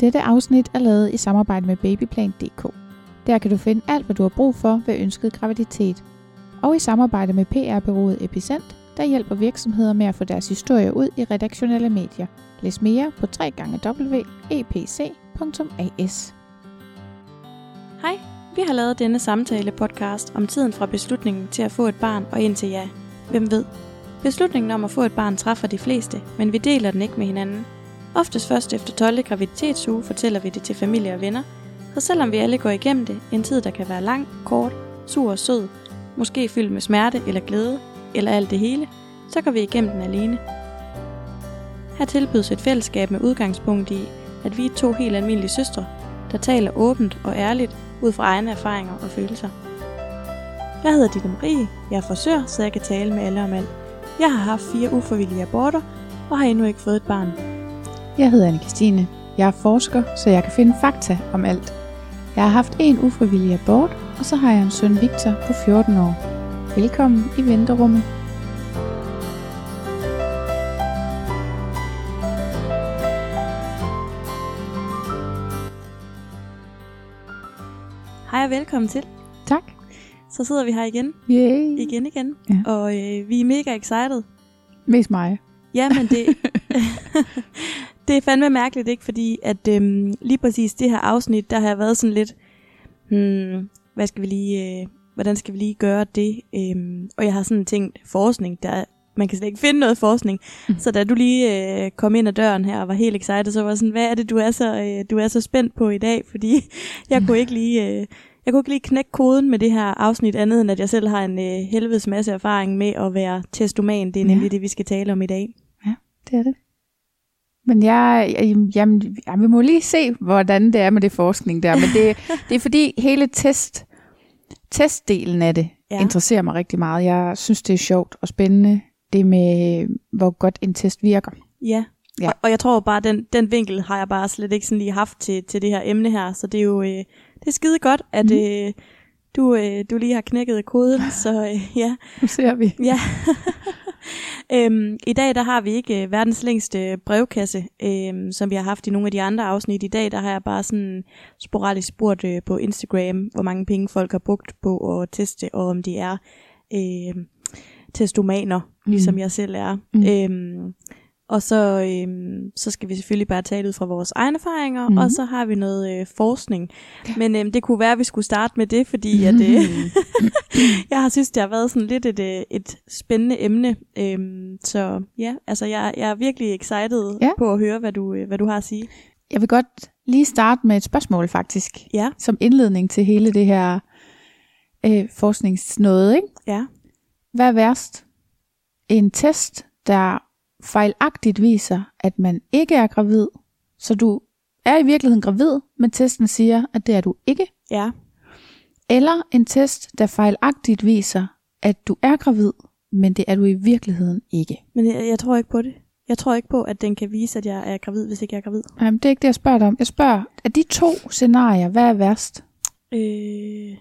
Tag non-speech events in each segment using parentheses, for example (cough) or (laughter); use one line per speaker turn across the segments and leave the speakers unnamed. Dette afsnit er lavet i samarbejde med babyplan.dk. Der kan du finde alt, hvad du har brug for ved ønsket graviditet. Og i samarbejde med PR-byrået Epicent, der hjælper virksomheder med at få deres historier ud i redaktionelle medier. Læs mere på www.epc.as.
Hej, vi har lavet denne samtale-podcast om tiden fra beslutningen til at få et barn og indtil ja. Hvem ved? Beslutningen om at få et barn træffer de fleste, men vi deler den ikke med hinanden. Oftest først efter 12. graviditetsuge fortæller vi det til familie og venner, så selvom vi alle går igennem det, en tid der kan være lang, kort, sur og sød, måske fyldt med smerte eller glæde, eller alt det hele, så går vi igennem den alene. Her tilbydes et fællesskab med udgangspunkt i, at vi er to helt almindelige søstre, der taler åbent og ærligt ud fra egne erfaringer og følelser. Jeg hedder Ditte Marie, jeg er frisør, så jeg kan tale med alle om alt. Jeg har haft fire uforvillige aborter og har endnu ikke fået et barn.
Jeg hedder anne Christine. Jeg er forsker, så jeg kan finde fakta om alt. Jeg har haft en ufrivillig abort, og så har jeg en søn Victor på 14 år. Velkommen i venterummet.
Hej og velkommen til.
Tak.
Så sidder vi her igen,
Yay.
igen igen,
Ja.
og øh, vi er mega excited.
Mest mig.
Ja, men det, (laughs) det er fandme mærkeligt, ikke? Fordi at øhm, lige præcis det her afsnit, der har jeg været sådan lidt, hmm, hvad skal vi lige, øh, hvordan skal vi lige gøre det? Øhm, og jeg har sådan tænkt, forskning, der, man kan slet ikke finde noget forskning.
Mhm.
Så da du lige øh, kom ind ad døren her og var helt excited, så var jeg sådan, hvad er det, du er så, øh, du er så spændt på i dag? Fordi (laughs) jeg kunne ikke lige... Øh, jeg kunne ikke lige knække koden med det her afsnit andet, end at jeg selv har en øh, helvedes masse erfaring med at være testoman. Det er
Ja.
nemlig det, vi skal tale om i dag.
Det er det. Men jeg, jamen, jamen, jamen, vi må lige se, hvordan det er med det forskning der. Men det, det er fordi hele test, testdelen af det
Ja.
ja. interesserer mig rigtig meget. Jeg synes, det er sjovt og spændende, det med, hvor godt en test virker.
Ja.
Ja.
Og, og jeg tror bare, den, den vinkel har jeg bare slet ikke sådan lige haft til, til det her emne her, så det er jo øh, det er skide godt, at
Mhm.
mm. øh, du, øh, du lige har knækket koden, så øh, ja.
Nu ser vi.
ja. øhm, I dag der har vi ikke øh, verdens længste brevkasse, øhm, som vi har haft i nogle af de andre afsnit. I dag der har jeg bare sådan sporadisk spurgt øh, på Instagram, hvor mange penge folk har brugt på at teste, og om de er øh, testomaner, mm. ligesom jeg selv er.
Mm.
Mm. Øhm, og så, øhm, så skal vi selvfølgelig bare tale ud fra vores egne erfaringer,
Mhm.
mm. og så har vi noget øh, forskning. Men øhm, det kunne være, at vi skulle starte med det, (laughs) fordi at, øh, jeg har synes, det har været sådan lidt et, øh, et spændende emne. Øhm, så ja, altså jeg, jeg er virkelig excited
Ja.
ja. på at høre, hvad du, øh, hvad du har at sige.
(laughs) Jeg vil godt lige starte med et spørgsmål faktisk,
Ja,
som indledning til hele det her øh, forskningsnåde. Ikke?
ja.
Hvad er værst? En test, der fejlagtigt viser, at man ikke er gravid, så du er i virkeligheden gravid, men testen siger, at det er du ikke.
ja.
Eller en test, der fejlagtigt viser, at du er gravid, men det er du i virkeligheden ikke.
Men jeg, jeg tror ikke på det. Jeg tror ikke på, at den kan vise, at jeg er gravid, hvis ikke jeg er gravid.
Jamen, det er ikke det, jeg spørger dig om. Jeg spørger, af de to scenarier, hvad er værst?
Øh,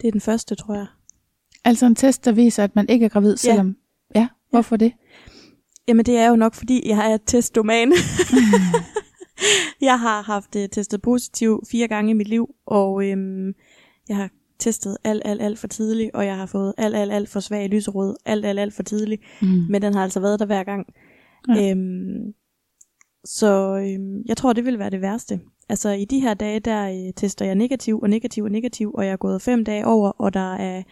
det er den første, tror jeg.
Altså en test, der viser, at man ikke er gravid, selvom... Ja. ja hvorfor det?
Jamen det er jo nok, fordi jeg er testoman. (laughs) jeg har haft øh, testet positiv fire gange i mit liv, og øhm, jeg har testet alt, alt, alt for tidligt, og jeg har fået alt, alt, alt for svag lyserød, alt, alt, alt for tidligt,
Mm.
men den har altså været der hver gang.
Ja.
Ja. Øhm, så øhm, jeg tror, det vil være det værste. Altså i de her dage, der øh, tester jeg negativ og negativ og negativ, og jeg er gået fem dage over, og der er,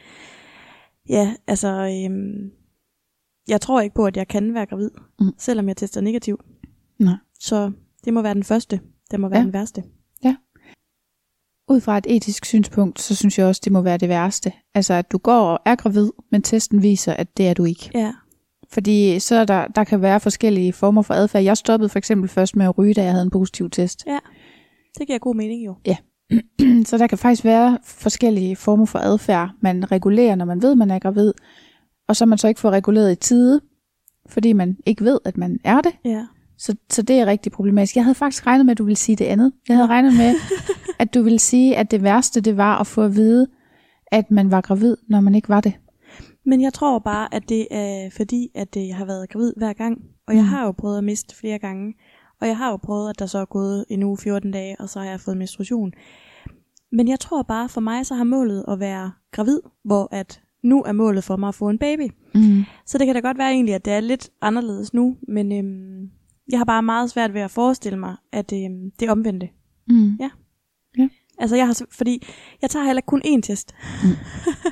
ja, altså, øhm, jeg tror ikke på, at jeg kan være gravid,
Mm.
mm. selvom jeg tester negativ.
Nej.
Så det må være den første, det må være
Ja.
ja. den værste.
Ud fra et etisk synspunkt, så synes jeg også, det må være det værste. Altså, at du går og er gravid, men testen viser, at det er du ikke.
Ja,
Fordi så er der, der kan være forskellige former for adfærd. Jeg stoppede for eksempel først med at ryge, da jeg havde en positiv test. Mm,
det giver god mening jo.
Så der kan faktisk være forskellige former for adfærd, man regulerer, når man ved, man er gravid. Og så man så ikke får reguleret i tide, fordi man ikke ved, at man er det.
Ja.
Så, så det er rigtig problematisk. Jeg havde faktisk regnet med, at du ville sige det andet. Jeg havde regnet (laughs) med, at du ville sige, at det værste det var at få at vide, at man var gravid, når man ikke var det.
Men jeg tror bare, at det er fordi, at øh, jeg har været gravid hver gang, og jeg
Mm.
har jo prøvet at miste flere gange. Og jeg har jo prøvet, at der så er gået en uge 14 dage, og så har jeg fået menstruation. Men jeg tror bare, for mig så har målet at være gravid, hvor at nu er målet for mig at få en baby.
Mm.
Så det kan da godt være egentlig, at det er lidt anderledes nu, men øhm, jeg har bare meget svært ved at forestille mig, at øhm, det omvendte.
Mm.
Ja. Altså, jeg har, s- fordi jeg tager heller ikke kun én test.
Mm.
Mm. (laughs)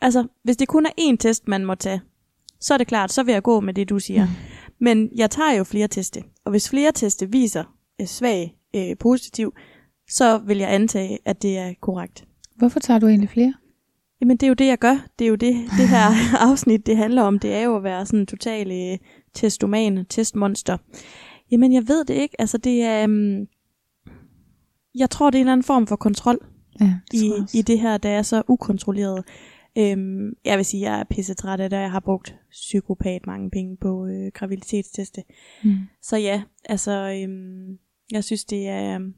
altså, hvis det kun er én test, man må tage, så er det klart, så vil jeg gå med det, du siger.
Mm.
Mm. Men jeg tager jo flere teste, og hvis flere teste viser øh, svag øh, positiv, så vil jeg antage, at det er korrekt.
Hvorfor tager du egentlig flere?
Jamen, det er jo det, jeg gør. Det er jo det,
(laughs)
det her (laughs) afsnit, det handler om. Det er jo at være sådan en total øh, testoman, testmonster. Jamen, jeg ved det ikke. Altså, det er... øhm, jeg tror, det er en eller anden form for kontrol
Ja, det
i,
tror jeg også.
i det her, der er så ukontrolleret. Øhm, jeg vil sige, at jeg er pisse træt af det, og jeg har brugt psykopat mange penge på øh, graviditetsteste.
Mm.
Så ja, altså, øhm, jeg synes, det er... øhm,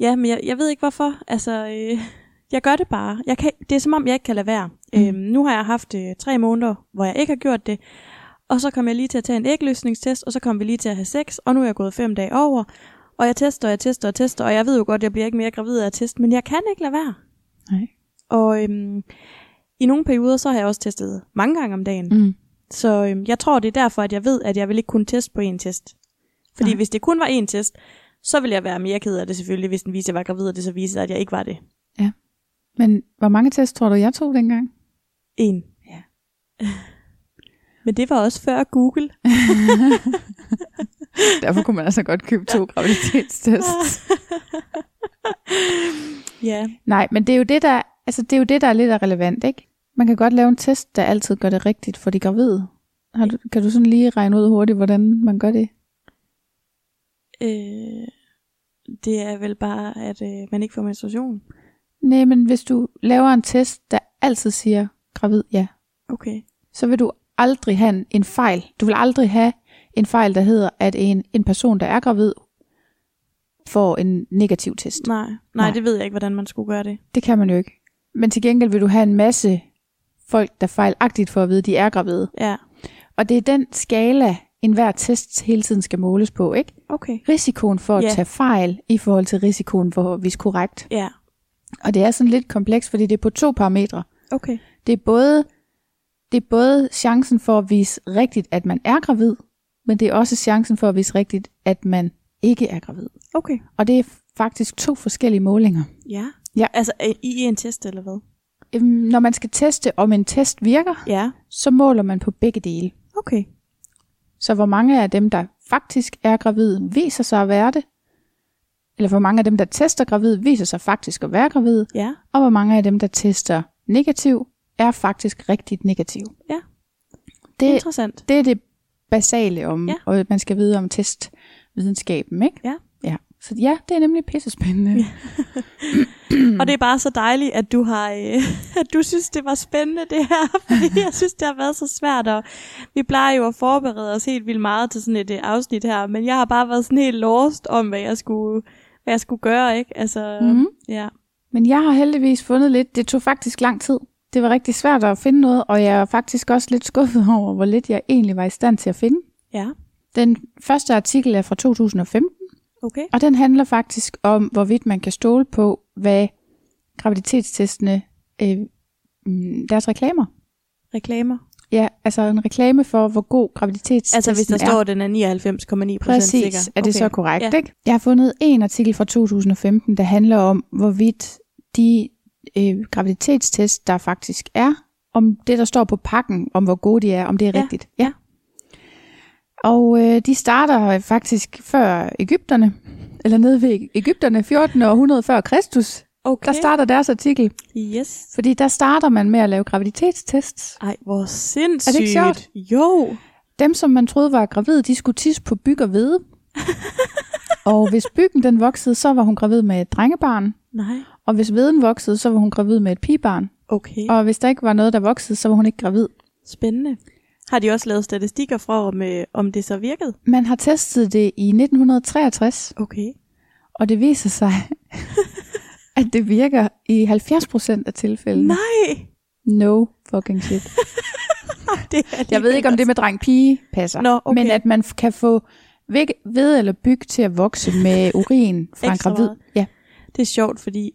Ja, men jeg, jeg ved ikke hvorfor. Altså, øh, (laughs) jeg gør det bare. Jeg kan, det er som om, jeg ikke kan lade være.
Mm.
Mm. Øhm, nu har jeg haft øh, tre måneder, hvor jeg ikke har gjort det. Og så kom jeg lige til at tage en ægløsningstest, og så kom vi lige til at have sex, og nu er jeg gået fem dage over. Og jeg tester, og jeg tester, og tester, og jeg ved jo godt, jeg bliver ikke mere gravid af at teste, men jeg kan ikke lade være.
Nej.
Og øhm, i nogle perioder, så har jeg også testet mange gange om dagen. Mm.
Mm.
Så øhm, jeg tror, det er derfor, at jeg ved, at jeg vil ikke kun teste på én test. Fordi
Nej.
Nej. hvis det kun var én test, så ville jeg være mere ked af det selvfølgelig, hvis den viste, at jeg var gravid, og det så viste, at jeg ikke var det.
Men hvor mange tests tror du, jeg tog dengang?
En.
Ja.
(laughs) Men det var også før Google.
(laughs) Derfor kunne man altså godt købe to graviditetstests.
Ja.
(laughs) Nej, men det er jo det, der, altså, det er jo det, der er lidt af relevant, ikke? Man kan godt lave en test, der altid gør det rigtigt for de gravide. Har du, kan du sådan lige regne ud hurtigt, hvordan man gør det?
Øh, det er vel bare, at øh, man ikke får menstruation.
Nej, men hvis du laver en test, der altid siger gravid ja,
Okay.
så vil du aldrig have en, en fejl. Du vil aldrig have en fejl, der hedder, at en, en person, der er gravid, får en negativ test.
Nej, nej,
Nej.
nej, det ved jeg ikke, hvordan man skulle gøre det.
Det kan man jo ikke. Men til gengæld vil du have en masse folk, der fejlagtigt får at vide, at de er gravide.
Ja,
Og det er den skala, enhver test hele tiden skal måles på, ikke?
okay.
Risikoen for at
Ja.
tage fejl i forhold til risikoen for at vise korrekt.
Ja,
Og det er sådan lidt komplekst, fordi det er på to parametre.
okay.
Det er både, det er både chancen for at vise rigtigt, at man er gravid, men det er også chancen for at vise rigtigt, at man ikke er gravid.
Okay.
Og det er faktisk to forskellige målinger.
Ja.
Ja.
Altså, øh, i i en test eller hvad?
Øhm, Når man skal teste, om en test virker,
Ja.
så måler man på begge dele.
Okay.
Så hvor mange af dem, der faktisk er gravide, viser sig at være det? Eller hvor mange af dem, der tester gravid, viser sig faktisk at være gravid?
Ja.
Og hvor mange af dem, der tester negativ, er faktisk rigtigt negativ?
Ja.
Det,
Interessant.
det er det basale om, ja.
Ja.
og man skal vide om testvidenskaben, ikke?
Ja.
ja. Så ja, det er nemlig pissespændende. Ja. Mm.
Og det er bare så dejligt, at du har, øh, (laughs) at du synes, det var spændende det her, (laughs) fordi jeg synes, det har været så svært, og vi plejer jo at forberede os helt vildt meget til sådan et øh, afsnit her, men jeg har bare været sådan helt lost om, hvad jeg skulle, hvad jeg skulle gøre, ikke? Altså,
Mhm.
ja.
Men jeg har heldigvis fundet lidt. Det tog faktisk lang tid. Det var rigtig svært at finde noget, og jeg er faktisk også lidt skuffet over, hvor lidt jeg egentlig var i stand til at finde.
Ja,
Den første artikel er fra 2015,
okay.
og den handler faktisk om, hvorvidt man kan stole på, hvad graviditetstestene, øh, mm, deres reklamer.
Reklamer.
Ja, altså en reklame for, hvor god graviditetstesten
Altså, hvis der
er.
står, at den er 99,9 procent sikker.
Præcis, er det så korrekt,
Ja.
ikke? Jeg har fundet en artikel fra 2015, der handler om, hvorvidt de øh, graviditetstest, der faktisk er, om det, der står på pakken, om hvor gode de er, om det er
Ja,
rigtigt. Og øh, de starter faktisk før Ægypterne, eller nede ved Ægypterne 14. århundrede før Kristus. Okay.
Okay.
Der starter deres artikel,
Yes.
fordi der starter man med at lave graviditetstests.
Ej, hvor sindssygt.
sjovt?
Jo.
Dem, som man troede var gravide, de skulle tisse på byg og (laughs) hvede. og hvis byggen den voksede, så var hun gravid med et drengebarn.
Nej.
Og hvis veden voksede, så var hun gravid med et pigebarn.
Okay.
Og hvis der ikke var noget, der voksede, så var hun ikke gravid.
Spændende. Har de også lavet statistikker fra, om, øh, om det så virkede?
Man har testet det i 1963,
Okay.
og det viser (laughs) sig, at det virker i 70% af tilfældene.
Nej.
No fucking shit.
Det er
Jeg ved ikke, om det med dreng-pige passer.
Nå, okay.
Men at man f- kan få Væk, ved eller byg til at vokse med urin fra en
Ekstra
gravid.
meget.
Ja,
Det er sjovt, fordi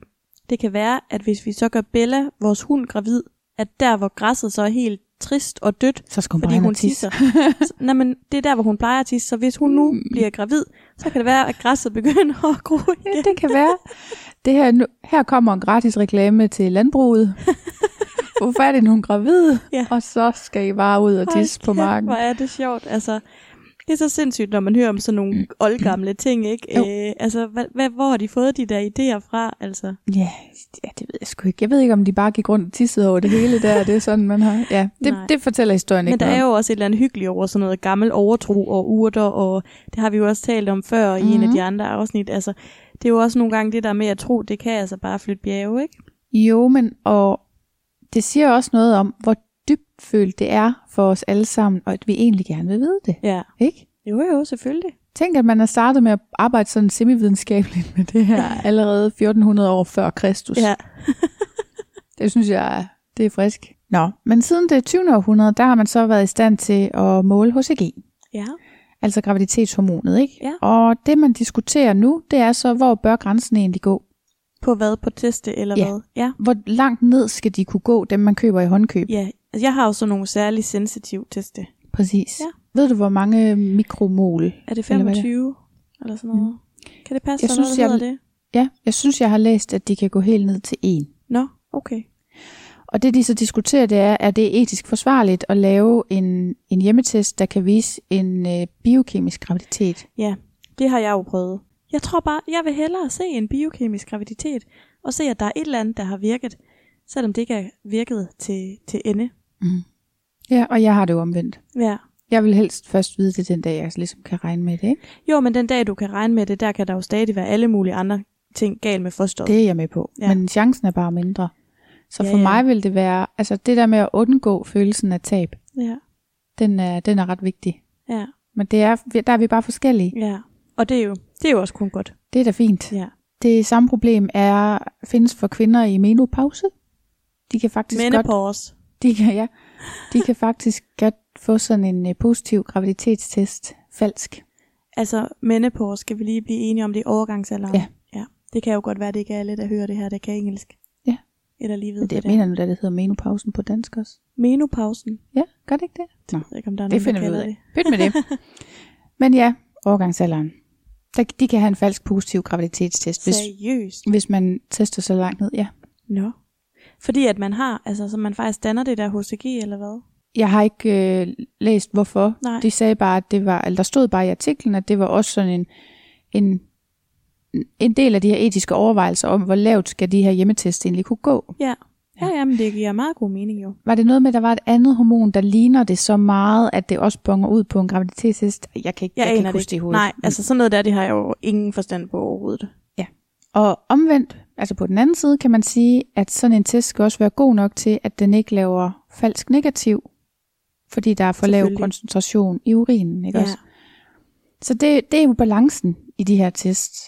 det kan være, at hvis vi så gør Bella, vores hund, gravid, at der, hvor græsset så er helt trist og dødt,
så skal hun
fordi
bare
hun
hun tisse. (laughs)
tisser. Så- Nej, men det er der, hvor hun plejer at tisse, så hvis hun nu
Mm.
bliver gravid, så kan det være, at græsset begynder at gro
Ja,
igen.
det kan være. Det her, nu, her kommer en gratis reklame til landbruget. Få fat i nogle gravide,
Ja.
ja. og så skal I bare ud og tisse på
Hold kæft,
marken.
Hvor er det sjovt. Altså, det er så sindssygt, når man hører om sådan nogle oldgamle ting, ikke?
Mm. Jo.
Øh, altså, hvad, hvad, hvor har de fået de der idéer fra? Altså,
Ja, ja, det ved jeg sgu ikke. Jeg ved ikke, om de bare gik rundt og tissede over det hele der. Det er sådan, man har... Ja, det,
Nej.
det fortæller historien
men
ikke
der
noget
er jo også et eller andet hyggeligt over sådan noget gammel overtro og urter, og det har vi jo også talt om før i en af
Mhm.
de andre afsnit. Altså, det er jo også nogle gange det der med at tro, det kan altså bare flytte bjerge, ikke?
Jo, men og det siger også noget om, hvor dybt følt det er for os alle sammen, og at vi egentlig gerne vil vide det.
Ja.
Ikke?
Jo, jo, selvfølgelig.
Tænk, at man har startet med at arbejde sådan semividenskabeligt med det
(laughs)
her allerede 1400 år før Kristus.
Ja.
Det synes jeg, er- det er frisk. Nå, men siden det 20. århundrede, der har man så været i stand til at måle HCG,
Ja.
altså graviditetshormonet, ikke?
Ja.
Og det, man diskuterer nu, det er så, hvor bør grænsen egentlig gå?
På hvad? På teste eller
Ja.
hvad? Ja.
Hvor langt ned skal de kunne gå, dem man køber i håndkøb?
Ja, altså, jeg har jo sådan nogle særlig sensitive teste.
Præcis.
Ja.
Ved du, hvor mange mikromol
Er det
Eller hvad det er?
25 eller, eller sådan noget? Mm. Kan det passe,
Jeg
der er noget,
synes,
der
jeg-
hedder det?
Ja, jeg synes, jeg har læst, at de kan gå helt ned til en.
Nå, okay.
Og det, de så diskuterer, det er, er det etisk forsvarligt at lave en, en hjemmetest, der kan vise en øh, biokemisk graviditet?
Ja, det har jeg jo prøvet. Jeg tror bare, jeg vil hellere se en biokemisk graviditet, og se, at der er et eller andet, der har virket, selvom det ikke er virket til, til ende.
Ja, og jeg har det jo omvendt.
Ja.
Jeg vil helst først vide det den dag, jeg ligesom kan regne med det. Ikke?
Jo, men den dag, du kan regne med det, der kan der jo stadig være alle mulige andre ting galt med fosteret.
Det er jeg med på.
Ja.
Ja. Men chancen er bare mindre. Så
Ja,
for
ja.
mig vil det være, altså det der med at undgå følelsen af tab,
Ja,
den er, den er ret vigtig.
ja,
Men det er, der er vi bare forskellige.
ja. Og det er jo, det er jo også kun godt.
Det er da fint.
Ja.
Det samme problem er, findes for kvinder i menopause. De kan faktisk godt
Menopause.
De kan, ja. De kan faktisk godt få sådan en øh, positiv graviditetstest falsk.
Altså, menopause, skal vi lige blive enige om det i overgangsalderen?
Ja.
ja. Det kan jo godt være, det ikke er alle, der hører det her, der kan engelsk.
Ja.
Eller lige ved,
Men det,
det
jeg
er.
mener nu, da det hedder menopausen på dansk også.
Menopausen.
Ja, gør det ikke det? Nå,
Jeg ved ikke, om der er
det
nogen, der
finder vi ud
kalder det.
af. Pyt med det.
(laughs)
Men ja, overgangsalderen. Der, de kan have en falsk positiv graviditetstest, hvis,
Seriøst?
hvis man tester så langt ned. Ja.
Nå. Fordi at man har, altså så man faktisk danner det der HCG eller hvad?
Jeg har ikke øh, læst, hvorfor.
Nej.
De sagde bare, at det var, eller der stod bare i artiklen, at det var også sådan en, en, en del af de her etiske overvejelser om, hvor lavt skal de her hjemmetest egentlig kunne gå.
Ja. Ja, ja, men det giver meget god mening jo.
Var det noget med, at der var et andet hormon, der ligner det så meget, at det også bonger ud på en graviditetstest? Jeg kan ikke, jeg
Jeg,
kan
aner
ikke
det
huske det i
ikke.
hovedet.
Nej, altså sådan noget der, det har jeg jo ingen forstand på overhovedet.
Og omvendt, altså på den anden side, kan man sige, at sådan en test skal også være god nok til, at den ikke laver falsk negativ, fordi der er for lav
Selvfølgelig.
koncentration i urinen. Ikke
Ja.
også? Så det, det er jo balancen i de her tests.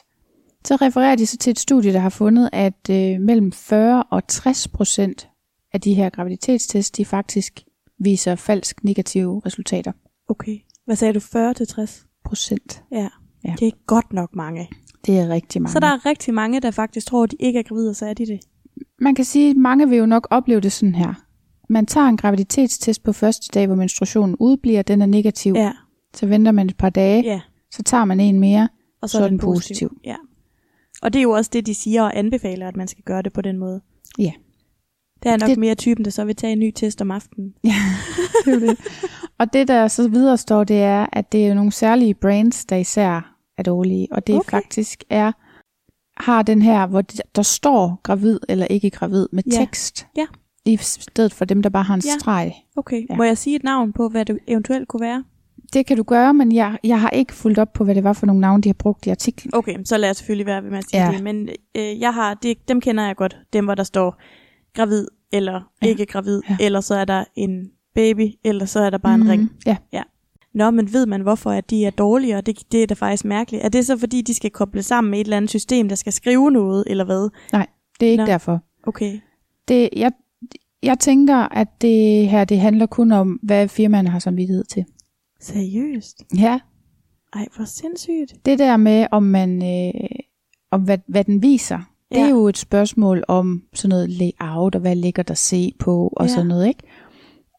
Så refererer de så til et studie, der har fundet, at øh, mellem 40 og 60 procent af de her graviditetstests, de faktisk viser falsk negative resultater.
Okay. Hvad sagde du? 40 til 60?
procent.
Ja.
Ja.
Det er godt nok mange.
Det er rigtig mange.
Så der er rigtig mange, der faktisk tror, at de ikke er gravide, og så er de det.
Man kan sige, at mange vil jo nok opleve det sådan her. Man tager en graviditetstest på første dag, hvor menstruationen udbliver, den er negativ.
Ja.
Så venter man et par dage,
Ja.
så tager man en mere.
Og
Så er den positiv.
Ja. Og det er jo også det, de siger og anbefaler, at man skal gøre det på den måde.
Ja.
Der er nok det...
Det-
mere typen, der så vil tage en ny test om aftenen.
Det er jo det. og det, der så videre står, det er, at det er nogle særlige brands, der især er dårlige. Og det
Okay.
okay. faktisk er, har den her, hvor de- der står gravid eller ikke gravid med
Ja.
tekst.
Ja.
I stedet for dem, der bare har en
Ja.
streg.
Okay. Ja.
Ja.
Må jeg sige et navn på, hvad det eventuelt kunne være?
Det kan du gøre, men jeg, jeg har ikke fulgt op på, hvad det var for nogle navne, de har brugt i artiklen.
Okay, så lad os selvfølgelig være ved med at sige ja.
Ja.
det. Men øh, jeg har, det, dem kender jeg godt. Dem, hvor der står gravid eller ja.
Ja.
ikke gravid. Ja.
Ja.
Eller så er der en baby, eller så er der bare mm. en ring.
Mhm. Ja,
Nå, men ved man, hvorfor at de er dårligere? Det, det er da faktisk mærkeligt. Er det så, fordi de skal koble sammen med et eller andet system, der skal skrive noget, eller hvad?
det er ikke
Nå.
Nå. derfor.
Okay.
Det, jeg, jeg tænker, at det her det handler kun om, hvad firmaerne har samvittighed til.
Seriøst?
Ja.
Ej, hvor sindssygt.
Det der med, om man, øh, om hvad, hvad den viser, ja. det er
Ja.
jo et spørgsmål om sådan noget layout, og hvad ligger der se på, og
Ja.
ja. sådan noget, ikke?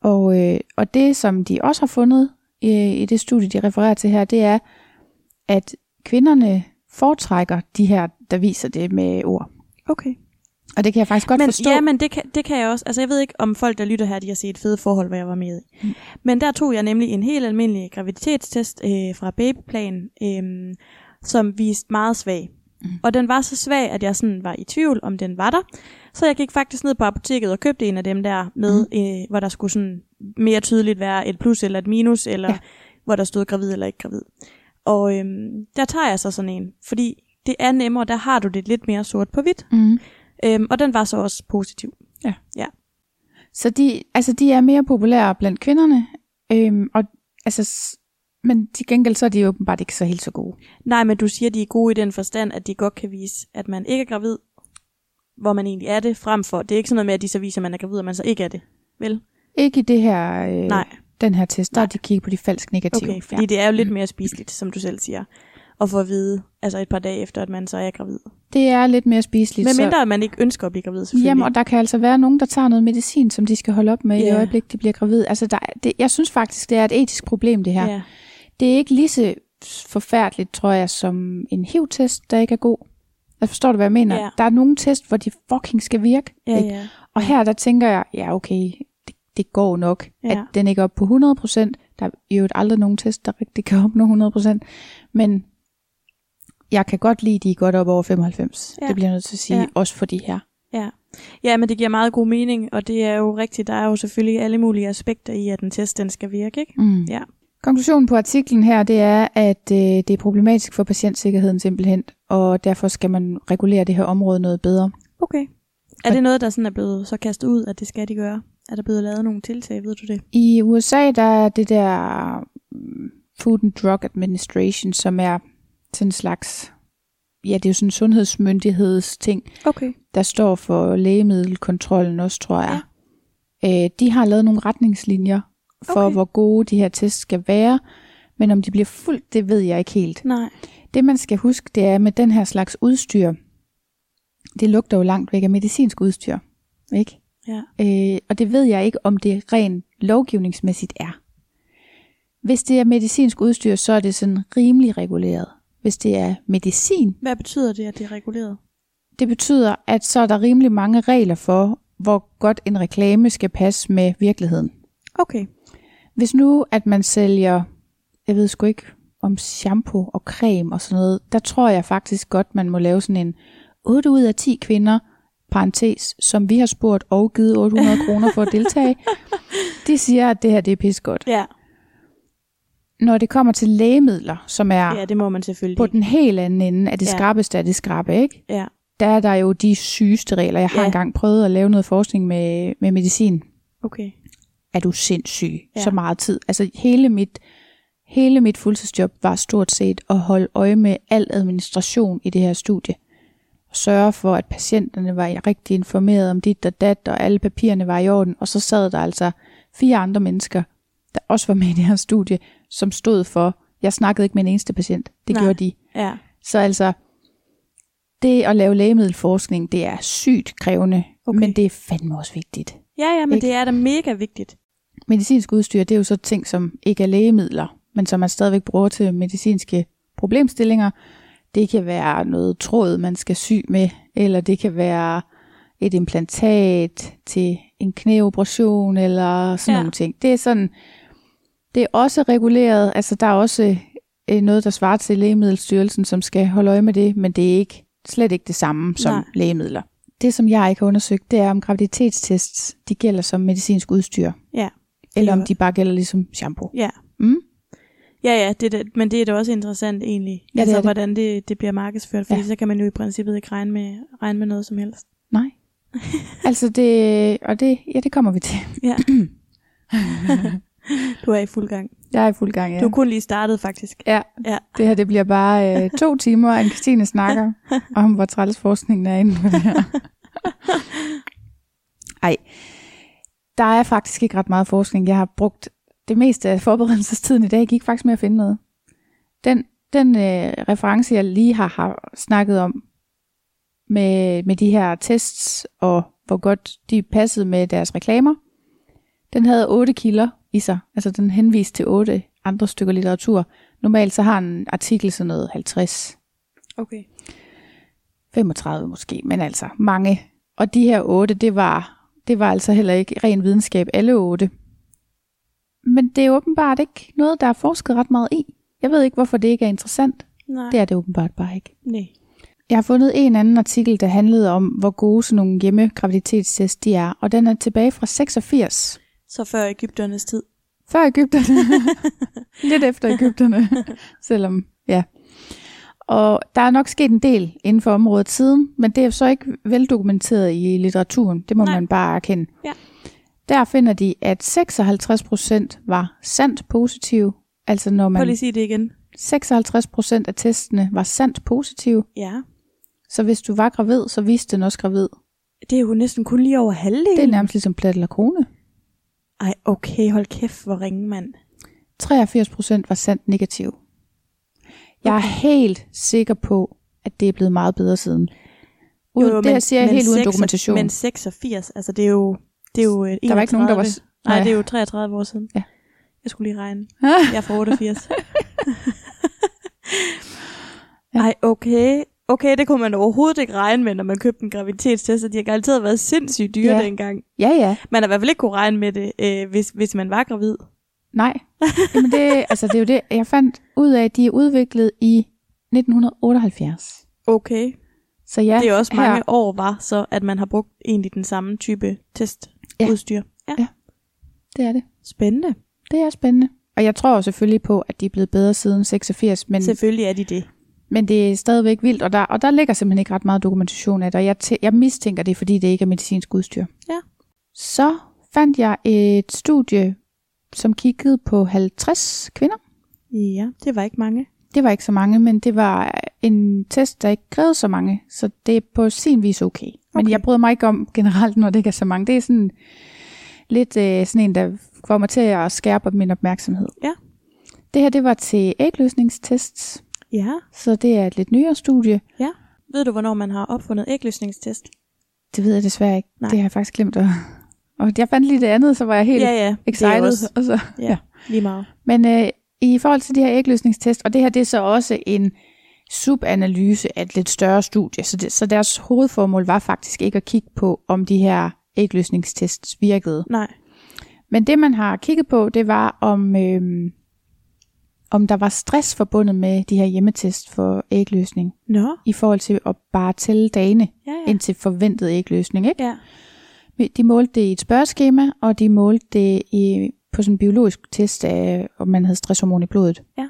Og, øh, og det, som de også har fundet øh, i det studie, de refererer til her, det er, at kvinderne foretrækker de her, der viser det med ord.
Okay.
Og det kan jeg faktisk godt
men,
forstå.
Ja, men det kan, det kan jeg også. Altså, jeg ved ikke, om folk, der lytter her, de har set fede forhold, hvor jeg var med i. Mm. Men der tog jeg nemlig en helt almindelig graviditetstest øh, fra babyplan, øh, som viste meget svag. Mm. Og den var så svag, at jeg sådan var i tvivl, om den var der. Så jeg gik faktisk ned på apoteket og købte en af dem der med, mm. øh, hvor der skulle sådan mere tydeligt være et plus eller et minus, eller ja.
Ja.
hvor der stod gravid eller ikke gravid. Og øhm, der tager jeg så sådan en, fordi det er nemmere, der har du det lidt mere sort på hvidt.
mm.
Øhm, og den var så også positiv.
Så de, altså de er mere populære blandt kvinderne, øhm, og, altså, s- men til gengæld så er de åbenbart ikke så helt så gode.
Nej, men du siger, de er gode i den forstand, at de godt kan vise, at man ikke er gravid, hvor man egentlig er det, frem for. Det er ikke sådan noget med, at de så viser, at man er gravid, og man så ikke er det. Vel?
Ikke i det her, øh,
Nej,
den her test, der
Nej.
har de kigget på de falsk negative.
okay. Fordi
ja. Mm.
det er jo lidt mere spiseligt, som du selv siger. Og få at vide, altså et par dage efter, at man så er gravid.
Det er lidt mere spiseligt.
Men mindre, at man ikke ønsker at blive gravid,
så,
selvfølgelig.
jamen, og der kan altså være nogen, der tager noget medicin, som de skal holde op med yeah.
Ja.
i øjeblik, de bliver gravid. Altså, der, er- det, jeg synes faktisk, det er et etisk problem, det her.
ja.
Det er ikke lige så forfærdeligt, tror jeg, som en HIV-test, der ikke er god. Jeg forstår du, hvad jeg mener?
Ja.
Der er nogle test, hvor de fucking skal virke.
Ja,
ikke?
ja.
Og her der tænker jeg, ja okay, det, det går nok,
Ja.
ja. at den ikke er oppe på 100%. Der er jo aldrig nogen test, der rigtig kan opnå 100%. Men jeg kan godt lide, at de er godt op over 95.
Ja.
Ja. Det bliver jeg nødt til at sige,
Ja.
ja. også for de her.
Ja. ja, men det giver meget god mening, og det er jo rigtigt. Der er jo selvfølgelig alle mulige aspekter i, at en test den skal virke, ikke?
Mm.
Ja.
Konklusionen på artiklen her, det er, at øh, det er problematisk for patientsikkerheden simpelthen, og derfor skal man regulere det her område noget bedre.
Okay. Er det noget, der sådan er blevet så kastet ud, at det skal de gøre? Er der blevet lavet nogle tiltag, ved du det?
I USA, der er det der mm, Food and Drug Administration, som er sådan en slags, ja, det er jo sådan en sundhedsmyndigheds ting,
Okay.
der står for lægemiddelkontrollen også, tror jeg. Ja. Øh, de har lavet nogle retningslinjer for,
Okay.
okay. hvor gode de her tests skal være, men om de bliver fuldt, det ved jeg ikke helt.
Nej.
Det man skal huske, det er med den her slags udstyr, det lugter jo langt væk af medicinsk udstyr, ikke?
Ja.
Øh, og det ved jeg ikke, om det rent lovgivningsmæssigt er. Hvis det er medicinsk udstyr, så er det sådan rimelig reguleret. Hvis det er medicin,
Hvad betyder det, at det er reguleret?
det betyder, at så er der rimelig mange regler for, hvor godt en reklame skal passe med virkeligheden.
Okay.
Hvis nu, at man sælger, jeg ved sgu ikke, om shampoo og creme og sådan noget, der tror jeg faktisk godt, man må lave sådan en 8 ud af 10 kvinder, parentes, som vi har spurgt og givet 800
(laughs)
kroner for at deltage, de siger, at det her det er pissegodt.
Ja.
Når det kommer til lægemidler, som er
Ja, det må man selvfølgelig
på
ikke.
den helt anden ende af det
Ja.
skrappeste af det skrappe, ikke?
Ja.
der er der jo de sygeste regler. Jeg har
Ja.
ja. engang prøvet at lave noget forskning med, med medicin.
Okay.
Er du sindssyg?
Ja.
Ja. Så meget tid. Altså hele mit, hele mit fuldtidsjob var stort set at holde øje med al administration i det her studie. Sørge for, at patienterne var rigtig informeret om dit og dat, og alle papirerne var i orden. Og så sad der altså fire andre mennesker, der også var med i det her studie, som stod for, jeg snakkede ikke med en eneste patient. Det
Nej.
Nej. gjorde de.
Ja.
Så altså, det at lave lægemiddelforskning, det er sygt krævende,
Okay.
okay. men det er fandme også vigtigt.
Ja, ja, men
Ikke?
det er da mega vigtigt.
Medicinsk udstyr, det er jo så ting, som ikke er lægemidler, men som man stadigvæk bruger til medicinske problemstillinger. Det kan være noget tråd, man skal sy med, eller det kan være et implantat til en knæoperation, eller sådan
Ja.
ja. nogle ting. Det er sådan, det er også reguleret, altså der er også øh, noget, der svarer til Lægemiddelstyrelsen, som skal holde øje med det, men det er ikke slet ikke det samme som
Nej.
Nej. lægemidler. Det, som jeg ikke har undersøgt, det er, om graviditetstests de gælder som medicinsk udstyr,
Ja.
eller om
Ja.
de bare gælder ligesom shampoo.
Ja.
Mm?
Ja, ja, det er da, men det er da også interessant egentlig.
det er
altså,
det.
hvordan det, det bliver markedsført, fordi ja.
Ja.
så kan man jo i princippet ikke regne med, regne med noget som helst.
Nej. (laughs) altså det, og det, ja, det kommer vi til.
Ja. du er i fuld gang.
Jeg er i fuld gang, ja.
Du er kun lige startet, faktisk.
Ja,
Ja.
det her det bliver bare øh, to timer, at Christine snakker om, hvor træls forskningen er inde på det her. Ej, der er faktisk ikke ret meget forskning. Jeg har brugt det meste af forberedelsestiden i dag, gik faktisk med at finde noget. Den, den øh, reference, jeg lige har, har snakket om med, med de her tests, og hvor godt de passede med deres reklamer, den havde otte kilder i sig. Altså den henviste til otte andre stykker litteratur. Normalt så har en artikel sådan noget 50
Okay.
35 måske, men altså mange. Og de her otte, det var, det var altså heller ikke ren videnskab, alle otte. Men det er åbenbart ikke noget, der er forsket ret meget i. Jeg ved ikke, hvorfor det ikke er interessant.
Nej.
Det er det åbenbart bare ikke.
Nej.
Jeg har fundet en anden artikel, der handlede om, hvor gode sådan nogle hjemmegraviditetstest de er, og den er tilbage fra 86.
Så før Ægypternes tid.
Før Ægypterne. (laughs) Lidt efter Ægypterne.
(laughs)
Selvom, ja. Og der er nok sket en del inden for området siden, men det er så ikke veldokumenteret i litteraturen. Det må
Nej.
Nej. man bare erkende.
Ja.
Der finder de, at 56 procent var sandt positive. Altså når
Prøv lige
man...
at sige det igen.
56 procent af testene var sandt positive.
Ja.
Så hvis du var gravid, så viste den også gravid.
Det er jo næsten kun lige over halvdelen.
Det er nærmest ligesom plat eller krone.
Ej, okay, hold kæft, hvor ringe mand.
83 procent var sandt negativ. Jeg er helt sikker på, at det er blevet meget bedre siden. Uden,
Øh,
jo, jo, det her siger jeg helt uden dokumentation.
Men 86, altså det er jo... Det er jo øh,
der var ikke nogen, der var...
31.
s-
Nej,
Nej.
det er jo 33 år siden.
Ja.
Jeg skulle lige
(laughs)
regne.
Ah.
Jeg er fra 88.
Ja.
Ej, okay. Okay, det kunne man overhovedet ikke regne med, når man købte en graviditetstest, og de har garanteret været sindssygt dyre
Ja.
dengang.
Ja, ja.
Man har i hvert fald ikke kunne regne med det, øh, hvis, hvis man var gravid. (laughs)
Nej. Jamen det, altså, det er jo det, jeg fandt ud af, at de er udviklet i 1978.
Okay.
Så ja,
Det er også mange
her,
år var, så at man har brugt egentlig den samme type testudstyr. Ja. ja.
Ja. det er det.
Spændende.
Det er spændende. Og jeg tror jo selvfølgelig på, at de er blevet bedre siden 86, men,
Selvfølgelig er de det.
men det er stadigvæk vildt, og der, og der ligger simpelthen ikke ret meget dokumentation af det, og jeg, tæ- jeg mistænker det, fordi det ikke er medicinsk udstyr.
Ja.
Så fandt jeg et studie, som kiggede på 50 kvinder.
Ja, det var ikke mange.
Det var ikke så mange, men det var en test, der ikke krævede så mange, så det er på sin vis okay. Men
Okay.
jeg bryder mig ikke om generelt, når det ikke er så mange. Det er sådan lidt øh, sådan en, der får mig til at skærpe min opmærksomhed.
Ja.
Det her, det var til ægløsningstests,
Ja.
så det er et lidt nyere studie.
Ved du, hvornår man har opfundet ægløsningstest?
Det ved jeg desværre ikke.
Nej.
Det har jeg faktisk glemt. At... Og jeg fandt lige det andet, så var jeg helt
ja, ja. det er
excited.
også
Og så...
lige meget.
Men øh, i forhold til de her ægløsningstest, og det her det er så også en subanalyse af et lidt større studie, så, det, så deres hovedformål var faktisk ikke at kigge på, om de her ægløsningstests virkede.
Nej.
Men det, man har kigget på, det var, om, øh, om der var stress forbundet med de her hjemmetest for ægløsning,
Nå.
i forhold til at bare tælle dagene
Ja, ja.
indtil forventet ægløsning. Ikke?
ja.
De målte det i et spørgeskema, og de målte det i, på sådan en biologisk test af, om man havde stresshormon i blodet.
Ja.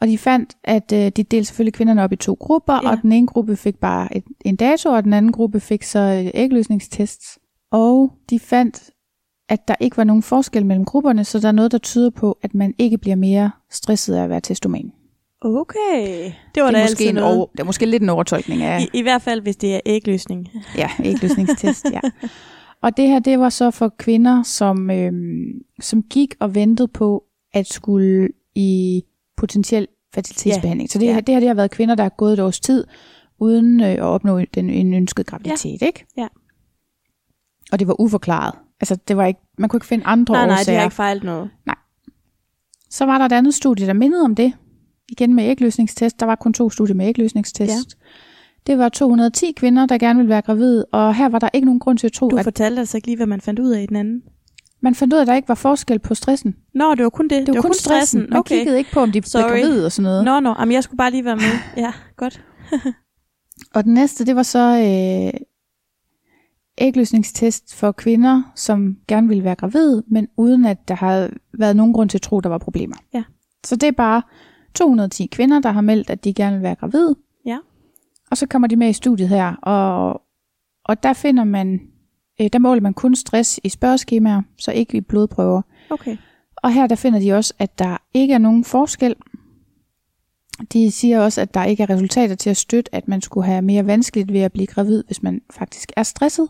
Og de fandt, at øh, de delte selvfølgelig kvinderne op i to grupper,
Ja.
ja. og den ene gruppe fik bare et, en dato, og den anden gruppe fik så øh, ægløsningstests. Og de fandt, at der ikke var nogen forskel mellem grupperne, så der er noget, der tyder på, at man ikke bliver mere stresset af at være testoman.
Okay. Det var
det,
da
er
altid
måske en
noget.
over, det er måske lidt en overtolkning af...
I, I hvert fald, hvis det er ægløsning.
Ja, ægløsningstest, ja. Og det her, det var så for kvinder, som, øhm, som gik og ventede på at skulle i potentiel fertilitetsbehandling. Så det,
ja.
her, det her, det har været kvinder, der har gået et års tid, uden øh, at opnå den, en ønsket graviditet, ikke?
Ja.
Og det var uforklaret. Altså, det var ikke, man kunne ikke finde andre
nej, nej, det
årsager.
har ikke fejlet noget.
Så var der et andet studie, der mindede om det. Igen med ægløsningstest. Der var kun to studier med ægløsningstest. Ja. Det var 210 kvinder, der gerne ville være gravide, og her var der ikke nogen grund til at tro,
Du
at
fortalte altså ikke lige, hvad man fandt ud af i den anden.
Man fandt ud af, at der ikke var forskel på stressen. Det
Nå, det var kun det.
var, det var kun stressen. Man
Okay.
kiggede ikke på, om de
Sorry.
blev gravide og sådan noget.
Nå, nå, Jamen, jeg skulle bare lige være
(laughs)
med. Ja, godt.
Og den næste, det var så øh, ægløsningstest for kvinder, som gerne ville være gravide, men uden at der havde været nogen grund til at tro, der var problemer.
Ja.
Så det er bare 210 kvinder, der har meldt, at de gerne vil være gravide.
Ja.
Og så kommer de med i studiet her, og, og der finder man, øh, der måler man kun stress i spørgeskemaer, så ikke i blodprøver.
Okay.
Og her der finder de også, at der ikke er nogen forskel. De siger også, at der ikke er resultater til at støtte, at man skulle have mere vanskeligt ved at blive gravid, hvis man faktisk er stresset.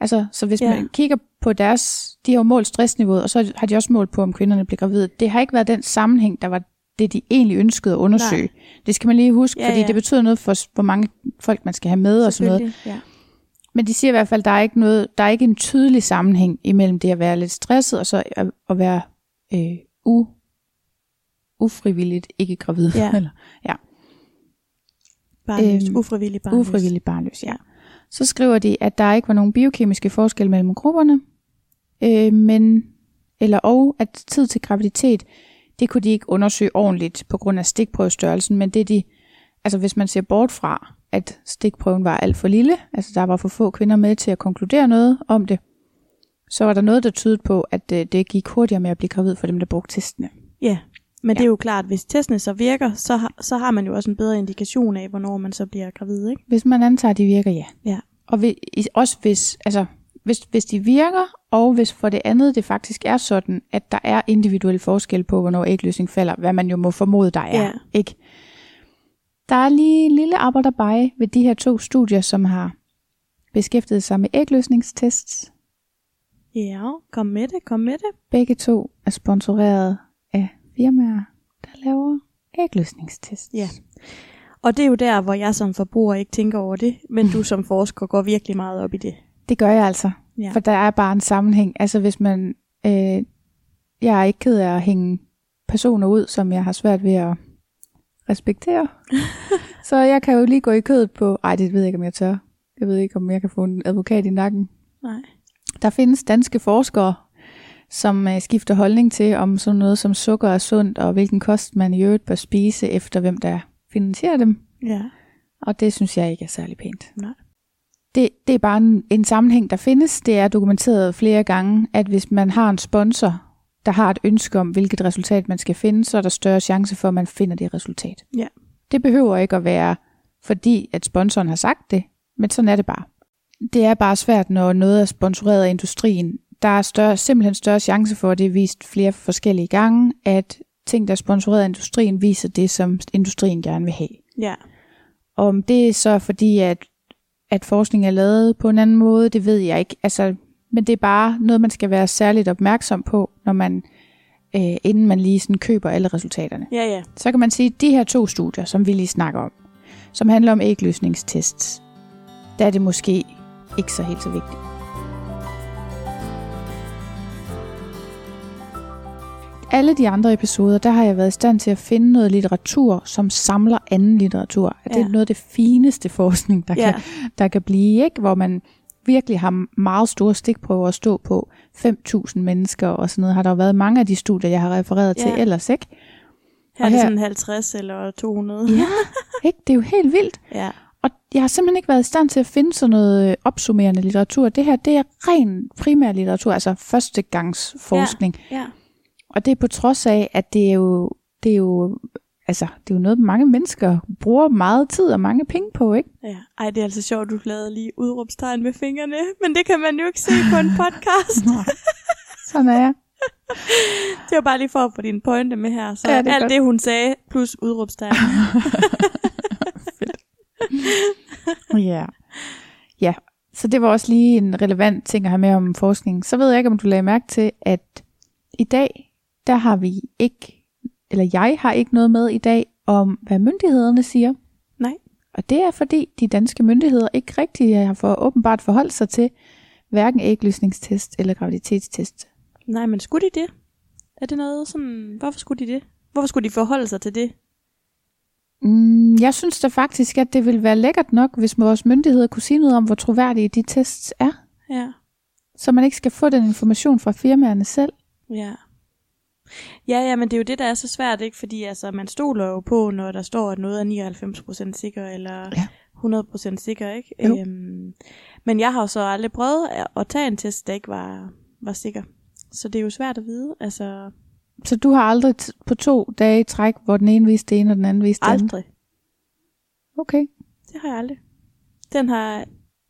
Altså, så hvis
Ja.
ja. man kigger på deres, de har jo målt stressniveauet, og så har de også målt på, om kvinderne bliver gravide. Det har ikke været den sammenhæng, der var det, de egentlig ønskede at undersøge. Nej. Det skal man lige huske,
Ja,
ja, fordi
ja.
ja. det betyder noget for, s- hvor mange folk man skal have med og sådan noget.
Selvfølgelig, Ja.
Men de siger i hvert fald, at der er ikke noget, der er ikke en tydelig sammenhæng imellem det at være lidt stresset og så at, at være øh, u, ufrivilligt ikke gravid.
Ja.
(laughs) Eller, ja,
Barnløst,
Øhm,
ufrivillig barnløst.
ufrivilligt barnløs. Ja.
Ja.
Så skriver de, at der ikke var nogen biokemiske forskel mellem grupperne, øh, men eller og at tid til graviditet, det kunne de ikke undersøge ordentligt på grund af stikprøvestørrelsen, men det de, altså hvis man ser bort fra, at stikprøven var alt for lille, altså der var for få kvinder med til at konkludere noget om det, så var der noget, der tydede på, at øh, det gik hurtigere med at blive gravid for dem, der brugte testene.
Ja, men
Ja.
det er jo klart, hvis testene så virker, så har, så har man jo også en bedre indikation af, hvornår man så bliver gravid, ikke?
Hvis man antager, at de virker, ja.
Ja.
Og vi, i- også hvis, altså, hvis, hvis de virker, og hvis for det andet det faktisk er sådan, at der er individuel forskel på, hvornår ægløsning falder, hvad man jo må formode, der er.
Ja.
Ikke? Der er lige en lille arbejderbej ved de her to studier, som har beskæftiget sig med ægløsningstests.
Ja, kom med det, kom med det.
Begge to er sponsoreret af firmaer, der laver ægløsningstests.
Ja. Og det er jo der, hvor jeg som forbruger ikke tænker over det, men du som forsker går virkelig meget op i det.
Det gør jeg altså.
Ja.
For der er bare en sammenhæng. Altså hvis man... Øh, jeg er ikke ked af at hænge personer ud, som jeg har svært ved at respektere. så jeg kan jo lige gå i kødet på... Ej, det ved jeg ikke, om jeg tør. Jeg ved ikke, om jeg kan få en advokat i nakken.
Nej.
Der findes danske forskere, som øh, skifter holdning til, om sådan noget som sukker er sundt, og hvilken kost man i øvrigt bør spise, efter hvem der finansierer dem.
Ja.
Og det synes jeg ikke er særlig pænt.
Nej.
Det, det er bare en, en sammenhæng, der findes. Det er dokumenteret flere gange, at hvis man har en sponsor, der har et ønske om, hvilket resultat man skal finde, så er der større chance for, at man finder det resultat.
Ja.
Det behøver ikke at være, fordi at sponsoren har sagt det, men sådan er det bare. Det er bare svært, når noget er sponsoreret af industrien. Der er større, simpelthen større chance for, at det er vist flere forskellige gange, at ting, der er sponsoreret af industrien, viser det, som industrien gerne vil have.
Ja.
Om det er så fordi, at, at forskning er lavet på en anden måde, det ved jeg ikke. Altså, men det er bare noget, man skal være særligt opmærksom på, når man, øh, inden man lige sådan køber alle resultaterne.
Ja, ja.
Så kan man sige, at de her to studier, som vi lige snakker om, som handler om ægløsningstests, der er det måske ikke så helt så vigtigt. Alle de andre episoder, der har jeg været i stand til at finde noget litteratur, som samler anden litteratur. Ja. Det
Ja.
er noget af det fineste forskning, der,
Ja.
ja. kan, der kan blive, ikke? hvor man virkelig har meget store stikprøver at stå på. 5.000 mennesker og sådan noget har der jo været mange af de studier, jeg har refereret ja. til
Ja.
ellers, ikke?
Her er
Og
det
her-
sådan 50 eller 200.
Ja, ikke? Det er jo helt vildt.
Ja.
Og jeg har simpelthen ikke været i stand til at finde sådan noget øh, opsummerende litteratur. Det her, det er ren primær litteratur, altså førstegangsforskning. Ja.
Ja.
Og det er på trods af, at det er jo, det er jo Altså, det er jo noget, mange mennesker bruger meget tid og mange penge på, ikke?
Ja. Ej, det er altså sjovt, du lavede lige udråbstegn med fingrene, men det kan man jo ikke se på en podcast.
(laughs) Sådan er jeg.
Det var bare lige for at få din pointe med her. Så
Ja,
ja,
det
det
er
alt
godt.
det, hun sagde, plus udråbstegn.
(laughs) (laughs) Ja. Ja, så det var også lige en relevant ting at have med om forskning. Så ved jeg ikke, om du lagde mærke til, at i dag, der har vi ikke, eller jeg har ikke noget med i dag, om hvad myndighederne siger.
Nej.
Og det er fordi, de danske myndigheder ikke rigtig har for åbenbart forholdt sig til hverken ægløsningstest eller graviditetstest.
Nej, men skulle de det? Er det noget sådan... Hvorfor skulle de det? Hvorfor skulle de forholde sig til det?
Mm, jeg synes da faktisk, at det ville være lækkert nok, hvis vores myndigheder kunne sige noget om, hvor troværdige de tests er,
Ja.
så man ikke skal få den information fra firmaerne selv.
Ja. Ja, ja, men det er jo det, der er så svært, ikke? Fordi altså, man stoler jo på, når der står, at noget er 99% sikker, eller
Ja.
100% sikker, ikke?
Jo.
Øhm, men jeg har jo så aldrig prøvet at- at tage en test, der ikke var, var sikker. Så det er jo svært at vide, altså
Så du har aldrig t- på to dage i træk, hvor den ene viste det ene, og den anden viste det andet?
aldrig.
Okay.
Det har jeg aldrig. Den har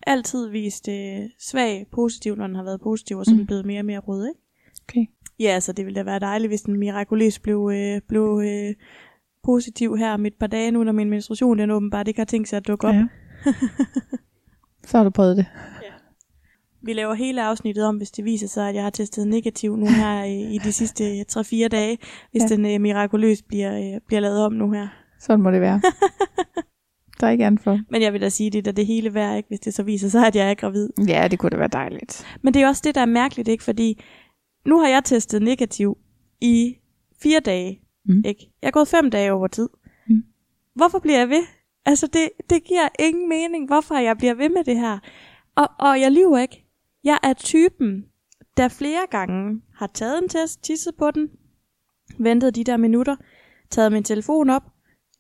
altid vist øh, svag positiv, når den har været positiv, og så er den
Mm.
blevet mere og mere rød, ikke?
okay.
Ja, altså det ville da være dejligt, hvis den mirakuløst blev, øh, blev øh, positiv her om et par dage nu, når min
(laughs)
menstruation den åbenbart ikke har tænkt sig at dukke op. Ja.
Ja. så har du prøvet det.
Vi laver hele afsnittet om, hvis det viser sig, at jeg har testet negativ nu her i, i de sidste øh, 3-4 dage, hvis
Ja.
ja. den øh, mirakuløst bliver, øh, bliver lavet om nu her.
Sådan må det
(laughs)
være. der er ikke andet for.
Men jeg vil da sige, det er da det hele værd, ikke, hvis det så viser sig, at jeg er gravid.
Ja, det kunne da være dejligt.
Men det er også det, der er mærkeligt, ikke? Fordi nu har jeg testet negativ i fire dage,
Mm.
mm. ikke? Jeg er gået fem dage over tid.
Mm.
Mm. Hvorfor bliver jeg ved? Altså, det, det giver ingen mening, hvorfor jeg bliver ved med det her. Og, og jeg lyver ikke. Jeg er typen, der flere gange har taget en test, tisset på den, ventet de der minutter, taget min telefon op,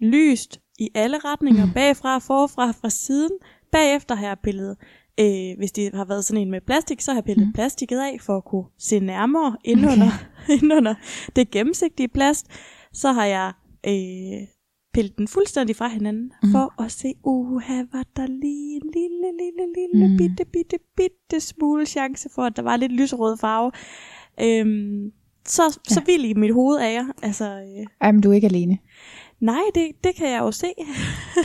lyst i alle (laughs) retninger, bagfra, forfra, fra siden. Bagefter har jeg pillet, øh, hvis det har været sådan en med plastik, så har jeg pillet
Mm.
mm. plastikket af for at kunne se nærmere indunder, (laughs) indunder det gennemsigtige plast. Så har jeg øh, pillet den fuldstændig fra hinanden
Mm.
mm. for at se, uha, var der lige en lille, lille, lille,
Mm.
mm. bitte, bitte, bitte smule chance for, at der var lidt lyserød farve. Øhm, så, ja. så vild i mit hoved er jeg. Altså, øh,
Ej, men du er ikke alene.
Nej, det, det kan jeg jo se.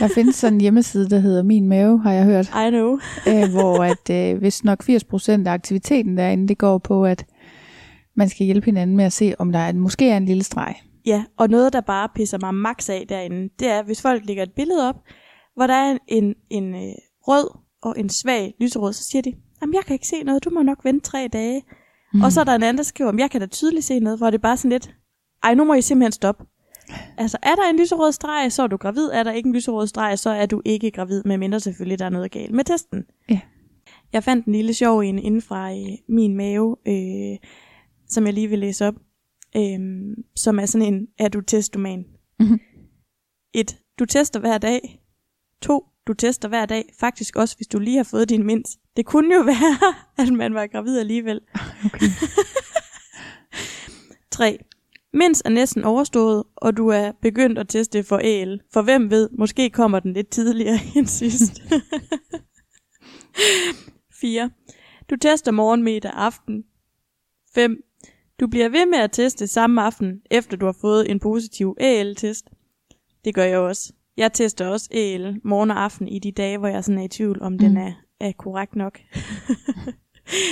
Der findes sådan en hjemmeside, der hedder Min Mave, har jeg hørt,
I know.
øh, hvor at, øh, hvis nok 80% af aktiviteten derinde, det går på, at man skal hjælpe hinanden med at se, om der er, måske er en lille streg.
Ja, og noget, der bare pisser mig max af derinde, det er, hvis folk lægger et billede op, hvor der er en, en, en øh, rød og en svag lyserød, så siger de, jamen jeg kan ikke se noget, du må nok vente tre dage. Mm. Og så er der en anden, der skriver, "Jamen, jeg kan da tydeligt se noget, hvor det er bare sådan lidt, ej, nu må I simpelthen stoppe. Altså, er der en lyserød streg, så er du gravid. Er der ikke en lyserød streg, så er du ikke gravid, medmindre selvfølgelig der er noget galt med testen.
Ja.
Jeg fandt en lille sjov en inden fra øh, min mave, øh, som jeg lige vil læse op, øh, som er sådan en, er du testoman?
Mhm.
1. Du tester hver dag. 2. Du tester hver dag, faktisk også hvis du lige har fået din mens. Det kunne jo (laughs) være, at man var gravid alligevel.
Okay.
3. Mens er næsten overstået, og du er begyndt at teste for AL. For hvem ved, måske kommer den lidt tidligere (laughs) end sidst. 4. Du tester morgen, middag, aften. 5. Du bliver ved med at teste samme aften, efter du har fået en positiv AL-test. Det gør jeg også. Jeg tester også AL morgen og aften i de dage, hvor jeg sådan er i tvivl, om mm. den
Mm.
er, er korrekt nok. (laughs)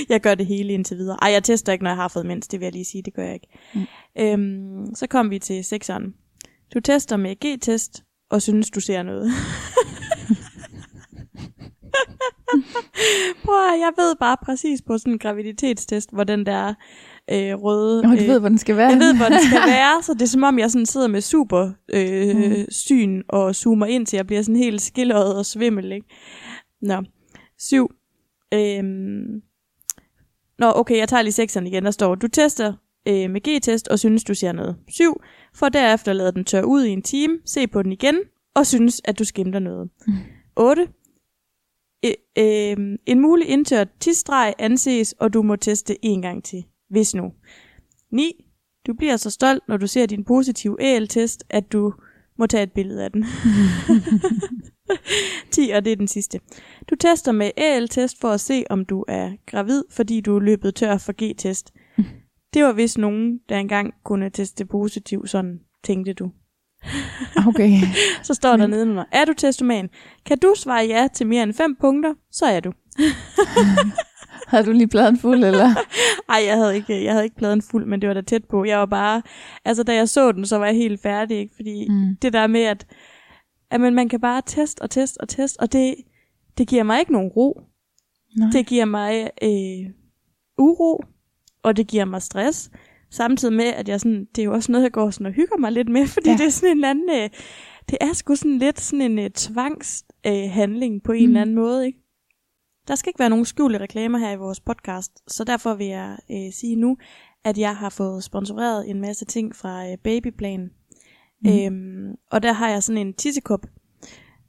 jeg gør det hele indtil videre. Ej, jeg tester ikke, når jeg har fået mens, det vil jeg lige sige, det gør jeg ikke.
Mm.
Mm. Øhm, så kom vi til sekseren. Du tester med G-test, og synes, du ser noget. (laughs) Prøv at, høre, jeg ved bare præcis på sådan en graviditetstest, hvor den der øh, røde...
Nå, Mm. du ved, hvor den skal være.
jeg ved, hvor den skal være, så det er som om, jeg sådan sidder med super øh,
Mm.
mm. syn og zoomer ind til, jeg bliver sådan helt skilleret og svimmel, ikke? Nå. Syv. Øhm. Nå, okay, jeg tager lige sekseren igen, der står, du tester øh, med G-test og synes, du ser noget. Syv. For derefter lade den tørre ud i en time, se på den igen og synes, at du skimter noget.
Mm.
8. Øh, øh, en mulig indtørt tidsstreg anses, og du må teste en gang til, hvis nu. 9. Du bliver så stolt, når du ser din positive AL-test, at du må tage et billede af den. (laughs) 10, og det er den sidste. Du tester med AL-test for at se, om du er gravid, fordi du er løbet tør for G-test. Det var vist nogen, der engang kunne teste positiv, sådan tænkte du.
Ah, Okay.
Så står der nedenunder, er du testoman? Kan du svare ja til mere end fem punkter, så er du.
Havde du lige pladen fuld, eller?
(laughs) Ej, jeg havde ikke, jeg havde ikke pladen fuld, men det var da tæt på. Jeg var bare, altså da jeg så den, så var jeg helt færdig, ikke? fordi
Mm.
mm. det der med, at, at man, man kan bare teste og teste og teste, og det, det giver mig ikke nogen ro.
Nej.
Det giver mig øh, uro, og det giver mig stress. Samtidig med, at jeg sådan, det er jo også noget, jeg går sådan og hygger mig lidt med, (laughs) fordi
Ja.
ja. det er sådan en eller anden, øh, det er sgu sådan lidt sådan en øh, tvangshandling øh, handling på en mm. eller
Mm.
anden måde, ikke? Der skal ikke være nogen skjulte reklamer her i vores podcast, så derfor vil jeg øh, sige nu, at jeg har fået sponsoreret en masse ting fra øh, Babyplan.
Mhm.
Mm. Øhm, og der har jeg sådan en tissekop,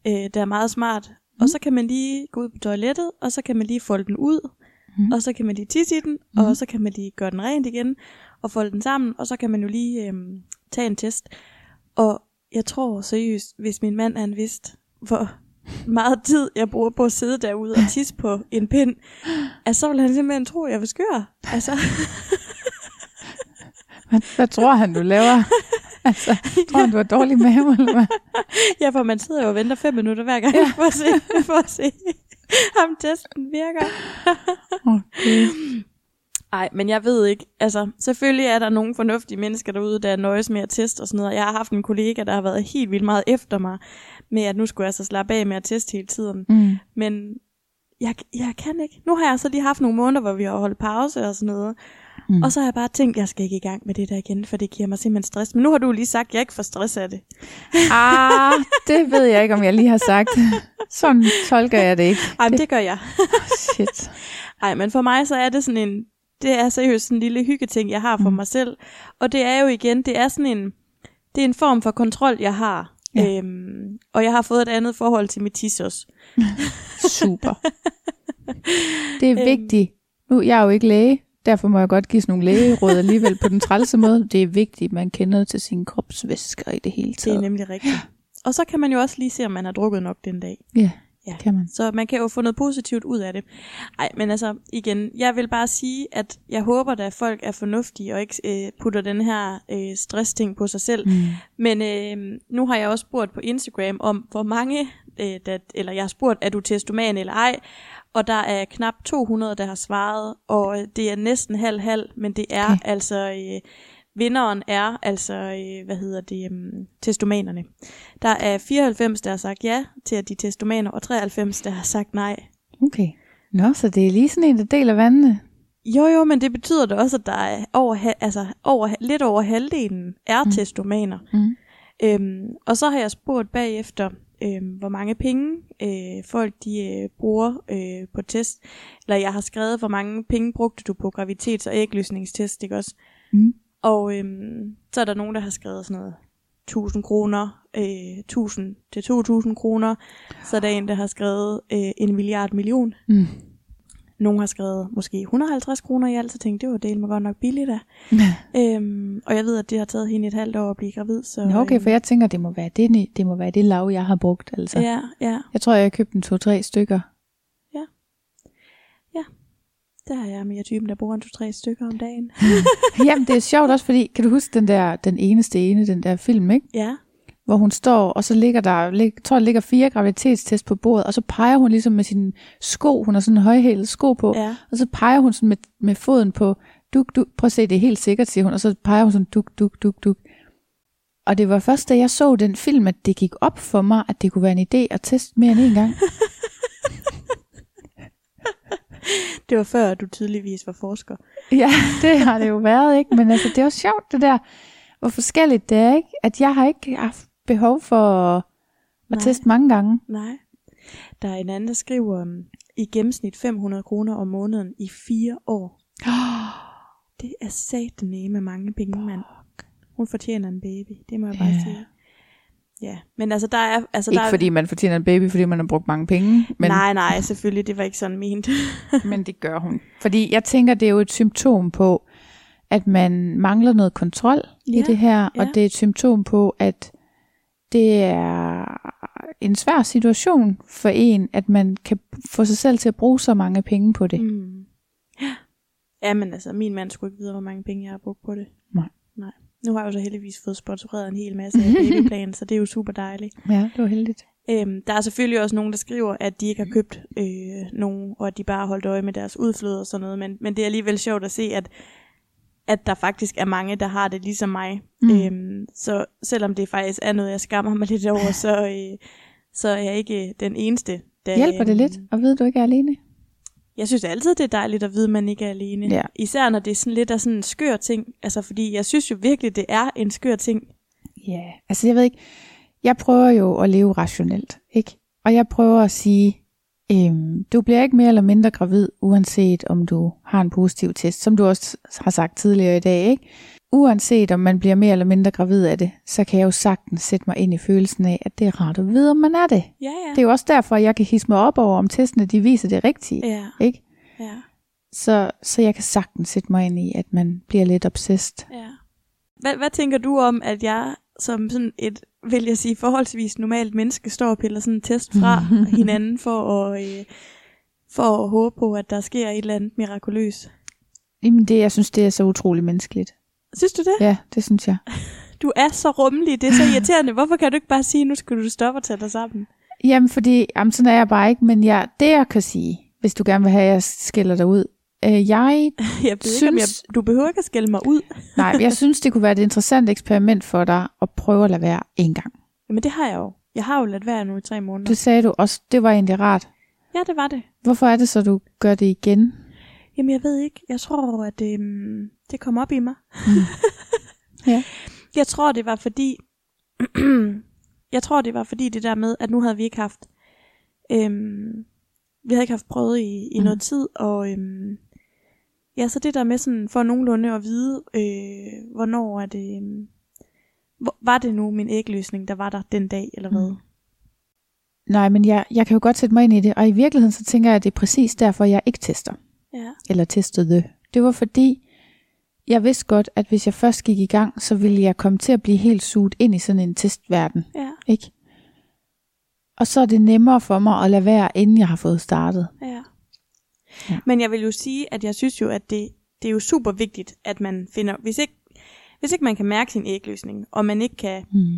øh, der er meget smart.
Mhm.
Mm. Og så kan man lige gå ud på toilettet, og så kan man lige folde den ud,
Mhm.
mm. og så kan man lige tisse i den, mm.
Mhm.
og så kan man lige gøre den rent igen, og folde den sammen, og så kan man jo lige øh, tage en test. Og jeg tror seriøst, hvis min mand han vidste, hvor meget tid jeg bruger på at sidde derude og tisse på en pind, at så ville han simpelthen tro, at jeg var skør. Altså,
Hvad, hvad tror han, du
(laughs)
laver? Altså, tror han, du har dårlig mave, eller hvad?
ja, for man sidder jo og (laughs) venter fem minutter hver gang ja. for, at se, for at se, om testen virker.
Okay.
Nej, men jeg ved ikke. Altså, selvfølgelig er der nogle fornuftige mennesker derude, der nøjes med at teste og sådan noget. Jeg har haft en kollega, der har været helt vildt meget efter mig med, at nu skulle jeg så slappe af med at teste hele tiden.
Mm.
Men jeg, jeg kan ikke. Nu har jeg så lige haft nogle måneder, hvor vi har holdt pause og sådan noget.
Mm.
Mm. Og så har jeg bare tænkt, jeg skal ikke i gang med det der igen, for det giver mig simpelthen stress. Men nu har du lige sagt, at jeg ikke får stress af det.
Ah, det ved jeg ikke, om jeg lige har sagt. Sådan tolker jeg det ikke.
Ej, men det gør jeg.
Shit.
Ej, men for mig så er det sådan en, det er seriøst sådan en lille hyggeting, jeg har for
Mm.
mm. mig selv. Og det er jo igen, det er sådan en, det er en form for kontrol, jeg har.
Ja.
Ja. Øhm, og jeg har fået et andet forhold til mit tissos.
Super. Det er
Øhm.
vigtigt. Nu, jeg er jo ikke læge, derfor må jeg godt give sådan nogle lægeråd alligevel på den trælse måde. Det er vigtigt, at man kender til sine kropsvæsker i det hele
Det er
taget.
nemlig rigtigt. Og så kan man jo også lige se, om man har drukket nok den dag.
Ja,
Ja.
kan man.
Så man kan jo få noget positivt ud af det. Nej, men altså igen, jeg vil bare sige, at jeg håber, at folk er fornuftige og ikke øh, putter den her øh, stressting på sig selv.
Mm.
Men øh, nu har jeg også spurgt på Instagram om, hvor mange, øh, der, eller jeg har spurgt, er du testoman eller ej? Og der er knap 200, der har svaret, og øh, det er næsten halv-halv, men det er
Okay.
okay. altså, øh, vinderen er altså, øh, hvad hedder det, øh, testomanerne. Der er 94, der har sagt ja til, at de er testomaner, og 93, der har sagt nej.
Okay. Nå, så det er lige sådan en, der deler vandene.
Jo jo, men det betyder da også, at der er over, ha- altså over, ha- lidt over halvdelen er
Mm.
mm. testomaner.
Mm.
Øhm, og så har jeg spurgt bagefter, øhm, hvor mange penge øh, folk de øh, bruger øh, på test. Eller jeg har skrevet, hvor mange penge brugte du på gravitets- og ægløsningstest, ikke også?
Mm.
Og øhm, så er der nogen, der har skrevet sådan noget 1000 kroner, øh, 1000 til 2000 kroner. Så er der en, der har skrevet øh, en milliard million.
Mm.
Nogen har skrevet måske 150 kroner i alt, så tænkte jeg, det var del med godt nok billigt da.
Mm.
Øhm, og jeg ved, at det har taget hende et halvt år at blive gravid. Så,
Nå, okay,
øhm,
for jeg tænker, det må være det, ni- det, må være det lav, jeg har brugt. Altså.
Ja, ja.
Jeg tror, jeg købte en to-tre stykker. (laughs)
Der er jeg mere typen, der bruger en to-tre stykker om dagen.
Jamen, det er sjovt også, fordi kan du huske den der, den eneste ene, den der film, ikke?
Ja,
hvor hun står, og så ligger der, lig, tror jeg, der ligger fire graviditetstest på bordet, og så peger hun ligesom med sine sko, hun har sådan en højhælet sko på,
ja.
og så peger hun sådan med, med foden på, duk, duk, prøv at se, det er helt sikkert, siger hun, og så peger hun sådan, duk, duk, duk, duk. Og det var først, da jeg så den film, at det gik op for mig, at det kunne være en idé at teste mere end en gang.
Det var før, du tydeligvis var forsker. (laughs)
Ja, det har det jo været, ikke? Men altså, det er jo sjovt, det der, hvor forskelligt det er, ikke? At jeg har ikke haft behov for at, at
Nej.
teste mange gange.
Nej. Der er en anden, der skriver um, i gennemsnit 500 kroner om måneden i fire
(gasps)
år. Det er satane med mange penge, mand. Hun fortjener en baby, det må jeg bare
Ja.
sige. Ja, men altså der er... Altså, der
Ikke
er,
fordi man fortjener en baby, fordi man har brugt mange penge, men,
Nej, nej, selvfølgelig, det var ikke sådan ment.
(laughs) men det gør hun. Fordi jeg tænker, det er jo et symptom på, at man mangler noget kontrol ja, i
Ja,
det her, og
ja.
det er et symptom på, at det er en svær situation for en, at man kan få sig selv til at bruge så mange penge på det. Mm.
Mm. Ja, men altså, min mand skulle ikke vide, hvor mange penge jeg har brugt på det.
Nej.
Nej. Nu har jeg jo så heldigvis fået sponsoreret en hel masse af
(laughs)
babyplanen, så det er jo super dejligt.
Ja, det var heldigt.
Øhm, der er selvfølgelig også nogen, der skriver, at de ikke har købt øh, nogen, og at de bare har holdt øje med deres udflød og sådan noget, men, men det er alligevel sjovt at se, at, at der faktisk er mange, der har det ligesom mig.
Mm.
Mm. Øhm, så selvom det faktisk er noget, jeg skammer mig lidt over, så, øh, så er jeg ikke øh, den eneste. Der,
Hjælper det
øhm,
lidt at vide, at du ikke er alene?
jeg synes altid, det er dejligt at vide, at man ikke er alene.
Ja.
Især når det er sådan lidt af sådan en skør ting. Altså, fordi jeg synes jo virkelig, det er en skør ting.
Ja, yeah. altså jeg ved ikke, jeg prøver jo at leve rationelt, ikke? Og jeg prøver at sige, øhm, du bliver ikke mere eller mindre gravid, uanset om du har en positiv test, som du også har sagt tidligere i dag, ikke? Uanset om man bliver mere eller mindre gravid af det, så kan jeg jo sagtens sætte mig ind i følelsen af, at det er rart at vide, om man er det.
Ja, ja.
Det er jo også derfor, jeg kan hisse mig op over, om testene de viser det rigtige,
Ja,
ikke?
ja,
Så, så jeg kan sagtens sætte mig ind i, at man bliver lidt obsessed.
ja. Hvad, hvad tænker du om, at jeg som sådan et, vil jeg sige, forholdsvis normalt menneske, står og piller sådan en test fra
(laughs)
hinanden for at, øh, for at håbe på, at der sker et eller andet mirakuløst?
Jamen det, jeg synes, det er så utrolig menneskeligt.
Synes du det?
Ja, det synes jeg.
Du er så rummelig,
(laughs)
det er så irriterende. Hvorfor kan du ikke bare sige, nu skal du stoppe og tage dig sammen?
Jamen, fordi jamen, sådan er jeg bare ikke, men jeg, det jeg kan sige, hvis du gerne vil have, at jeg skælder dig ud. Øh, jeg,
Jeg ved ikke, om jeg,
Synes-
du behøver ikke at skælde mig ud.
nej, jeg synes, det kunne være et interessant eksperiment for dig at prøve at lade være en gang.
Men det har jeg jo. Jeg har jo ladt være nu i tre måneder.
Du sagde du også, det var egentlig rart.
Ja, det var det.
Hvorfor er det så, du gør det igen?
Jamen, jeg ved ikke. Jeg tror, at øhm, det kom op i mig. (laughs)
Ja.
Jeg tror, det var fordi... (clears throat) jeg tror, det var fordi det der med, at nu havde vi ikke haft... Øhm, vi havde ikke haft prøvet i, i mm.
Mhm.
noget tid, og... Øhm, ja, så det der med sådan, for nogenlunde at vide, øh, hvornår er det... Øhm, hvor- var det nu min ægløsning, der var der den dag, eller hvad?
Mhm. Nej, men jeg, jeg kan jo godt sætte mig ind i det, og i virkeligheden så tænker jeg, at det er præcis derfor, jeg ikke tester,
Ja.
eller testede. Det var fordi, jeg vidste godt, at hvis jeg først gik i gang, så ville jeg komme til at blive helt suget ind i sådan en testverden,
Ja,
ikke? Og så er det nemmere for mig at lade være, inden jeg har fået startet.
Ja.
Ja.
Men jeg vil jo sige, at jeg synes jo, at det, det er jo super vigtigt, at man finder, hvis ikke, hvis ikke man kan mærke sin ægløsning, og man ikke kan
Mm.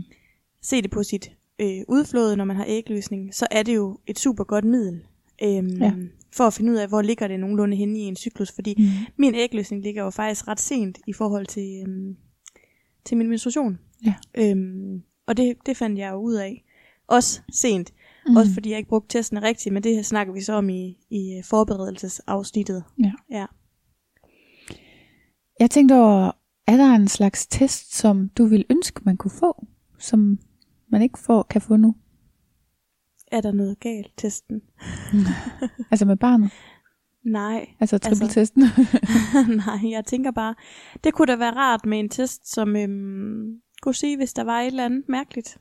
se det på sit øh, udflåde, når man har ægløsning, så er det jo et super godt middel øhm,
Ja.
ja. for at finde ud af, hvor ligger det nogenlunde henne i en cyklus. Fordi mm.
Mm.
min ægløsning ligger jo faktisk ret sent i forhold til, øhm, til min menstruation.
Ja.
Øhm, og det, det fandt jeg jo ud af. Også sent.
Mm.
Mm. Også fordi jeg ikke brugte testene rigtigt, men det her snakker vi så om i, i øh, forberedelsesafsnittet.
Ja.
ja.
Jeg tænkte over, er der en slags test, som du ville ønske, man kunne få, som man ikke får, kan få nu?
Er der noget galt, testen?
Altså med barnet,
Nej, (laughs)
altså
Altså-
trippeltesten. (laughs)
nej, jeg tænker bare, det kunne da være rart med en test, som øhm, kunne sige, hvis der var et eller andet mærkeligt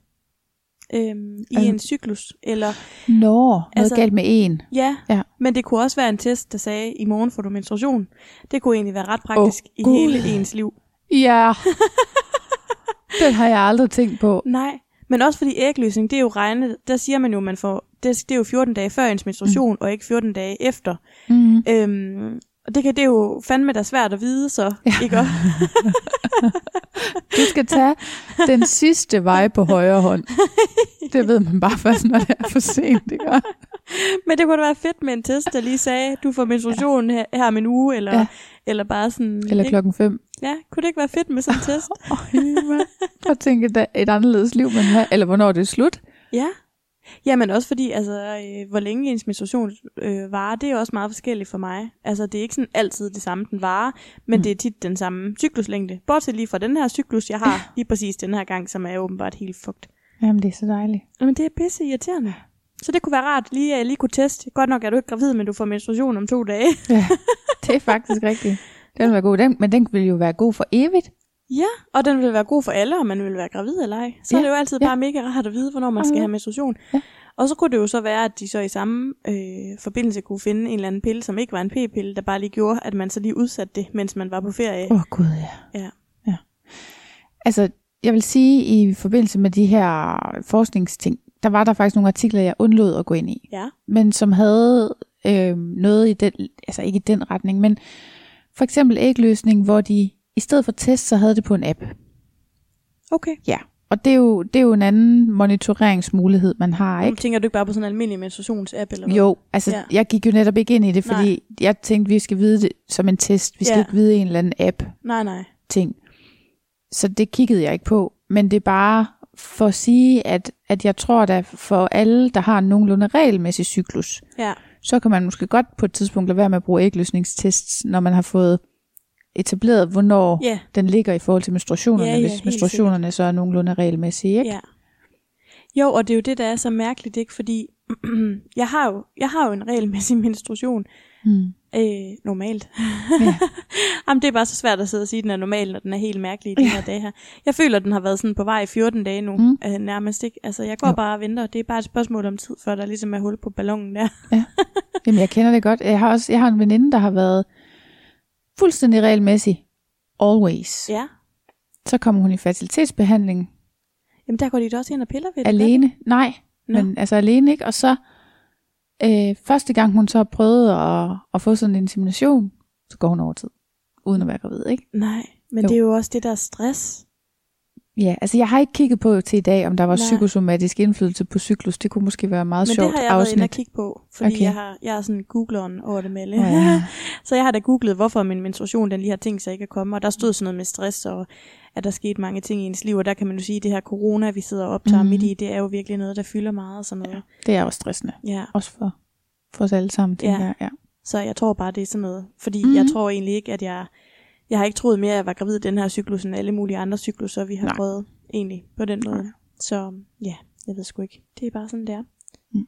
øhm, i
Altså-
en cyklus. Eller
Nå, noget altså,
Altså-
galt med en.
ja,
Ja.
men det kunne også være en test, der sagde, i morgen får du menstruation. Det kunne egentlig være ret praktisk oh, i
Gud.
hele ens liv.
(laughs) Ja, det har jeg aldrig tænkt på.
Nej, men også fordi ægløsning, det er jo regnet, der siger man jo, man får, det, det er jo 14 dage før ens menstruation, mm. og ikke 14 dage efter.
Mm.
Øhm, og det kan det er jo fandme da svært at vide, så ja.
(laughs)
ikke også?
Du skal tage den sidste vej på højre (laughs) hånd. Det ved man bare først, når det er for sent. Ikke?
Men det kunne da være fedt med en test, der lige sagde, du får menstruation her, her om en uge, eller,
Ja.
ja. eller bare sådan...
Eller
ikke?
klokken fem.
Ja, kunne det ikke være fedt med sådan en
(laughs)
test?
Øj, mand. Prøv at tænke et, et anderledes liv, man har. Eller hvornår det er slut.
ja. Ja, men også fordi, altså, øh, hvor længe ens menstruation øh, varer, det er også meget forskelligt for mig. Altså, det er ikke sådan altid det samme, den varer, men
Mm.
mm. det er tit den samme cykluslængde. Bortset lige fra den her cyklus, jeg har lige præcis den her gang, som er åbenbart helt fucked.
Jamen, det er så dejligt.
Men det er pisse irriterende. Så det kunne være rart lige, at jeg lige kunne teste. Godt nok er du ikke gravid, men du får menstruation om to dage.
Ja, det er faktisk rigtigt. Den vil være god. Den, men den vil jo være god for evigt.
(laughs) Ja, og den vil være god for alle, om man vil være gravid eller ej. Så ja, er
Ja,
det jo altid
ja.
ja. bare mega rart at vide, hvornår man skal
Mhm.
have menstruation.
Ja.
Og så kunne det jo så være, at de så i samme øh, forbindelse kunne finde en eller anden pille, som ikke var en p-pille, der bare lige gjorde, at man så lige udsatte det, mens man var på ferie.
Åh oh, gud, ja.
Ja.
ja. Altså, jeg vil sige, i forbindelse med de her forskningsting, der var der faktisk nogle artikler, jeg undlod at gå ind i,
Ja,
men som havde øh, noget i den, altså ikke i den retning, men for eksempel ægløsning, hvor de i stedet for test, så havde det på en app.
okay.
Ja, og det er jo, det er jo en anden monitoreringsmulighed, man har,
Nu
ikke?
tænker du ikke bare på sådan en almindelig menstruationsapp eller hvad?
Jo, altså ja.
Ja.
jeg gik jo netop ikke ind i det, fordi Nej. jeg tænkte, vi skal vide det som en test. Vi skal
Ja.
ikke vide en eller anden app.
Nej, nej.
ting. Så det kiggede jeg ikke på. Men det er bare for at sige, at, at jeg tror da for alle, der har en nogenlunde regelmæssig cyklus,
Ja,
så kan man måske godt på et tidspunkt lade være med at bruge ægløsningstests, når man har fået etableret, hvornår
ja,
den ligger i forhold til menstruationerne,
Ja, ja,
hvis
helt
menstruationerne så er nogenlunde regelmæssige. Ikke?
ja. Jo, og det er jo det, der er så mærkeligt, ikke? Fordi (clears throat) jeg har jo, jeg har jo en regelmæssig (laughs) menstruation,
Mm.
Øh, normalt.
Ja.
Ja. (laughs) Jamen, det er bare så svært at sidde og sige, at den er normal, når den er helt mærkelig i de her dage her. Jeg føler, at den har været sådan på vej i 14 dage nu,
Mm.
mm. øh, nærmest ikke. Altså, jeg går
Jo.
jo. bare og venter. Det er bare et spørgsmål om tid, før der ligesom er hul på ballonen der.
Jamen, jeg kender det godt. Jeg har også jeg har en veninde, der har været fuldstændig regelmæssig. Always.
Ja.
Så kommer hun i fertilitetsbehandling
Jamen, der går de da også ind og piller ved det. gør de
alene. Nej,
Nå.
men altså alene, ikke? Og så øh, første gang hun så har prøvet at, at få sådan en insemination, så går hun over tid, uden at være gravid, ikke?
ikke? Nej, men
Jo.
jo. det er jo også det der stress.
Ja, altså jeg har ikke kigget på til i dag, om der var
Nej.
Nej. psykosomatisk indflydelse på cyklus. Det kunne måske være meget
Men
sjovt
det har jeg været inde og
afsnit.
kigge på, fordi okay.
Okay.
jeg, har, jeg er sådan googleren over det med alle.
Åh, ja.
(laughs) så jeg har da googlet, hvorfor min menstruation den lige har tænkt sig ikke at komme, og der stod sådan noget med stress, og at der skete mange ting i ens liv, og der kan man jo sige, at det her corona, vi sidder og optager mm.
Mhm.
midt i, det er jo virkelig noget, der fylder meget og sådan noget.
Det er også stressende.
Ja. ja.
Også for, for os alle sammen, tænker
Ja.
jeg. Ja.
Så jeg tror bare, det er sådan noget. Fordi mm.
Mhm.
jeg tror egentlig ikke, at jeg... Jeg har ikke troet mere, at jeg var gravid i den her cyklus, end alle mulige andre cykluser, vi har Nej.
Nej.
prøvet egentlig på den måde.
Nej.
Så ja, jeg ved sgu ikke. Det er bare sådan, det er.
Mm.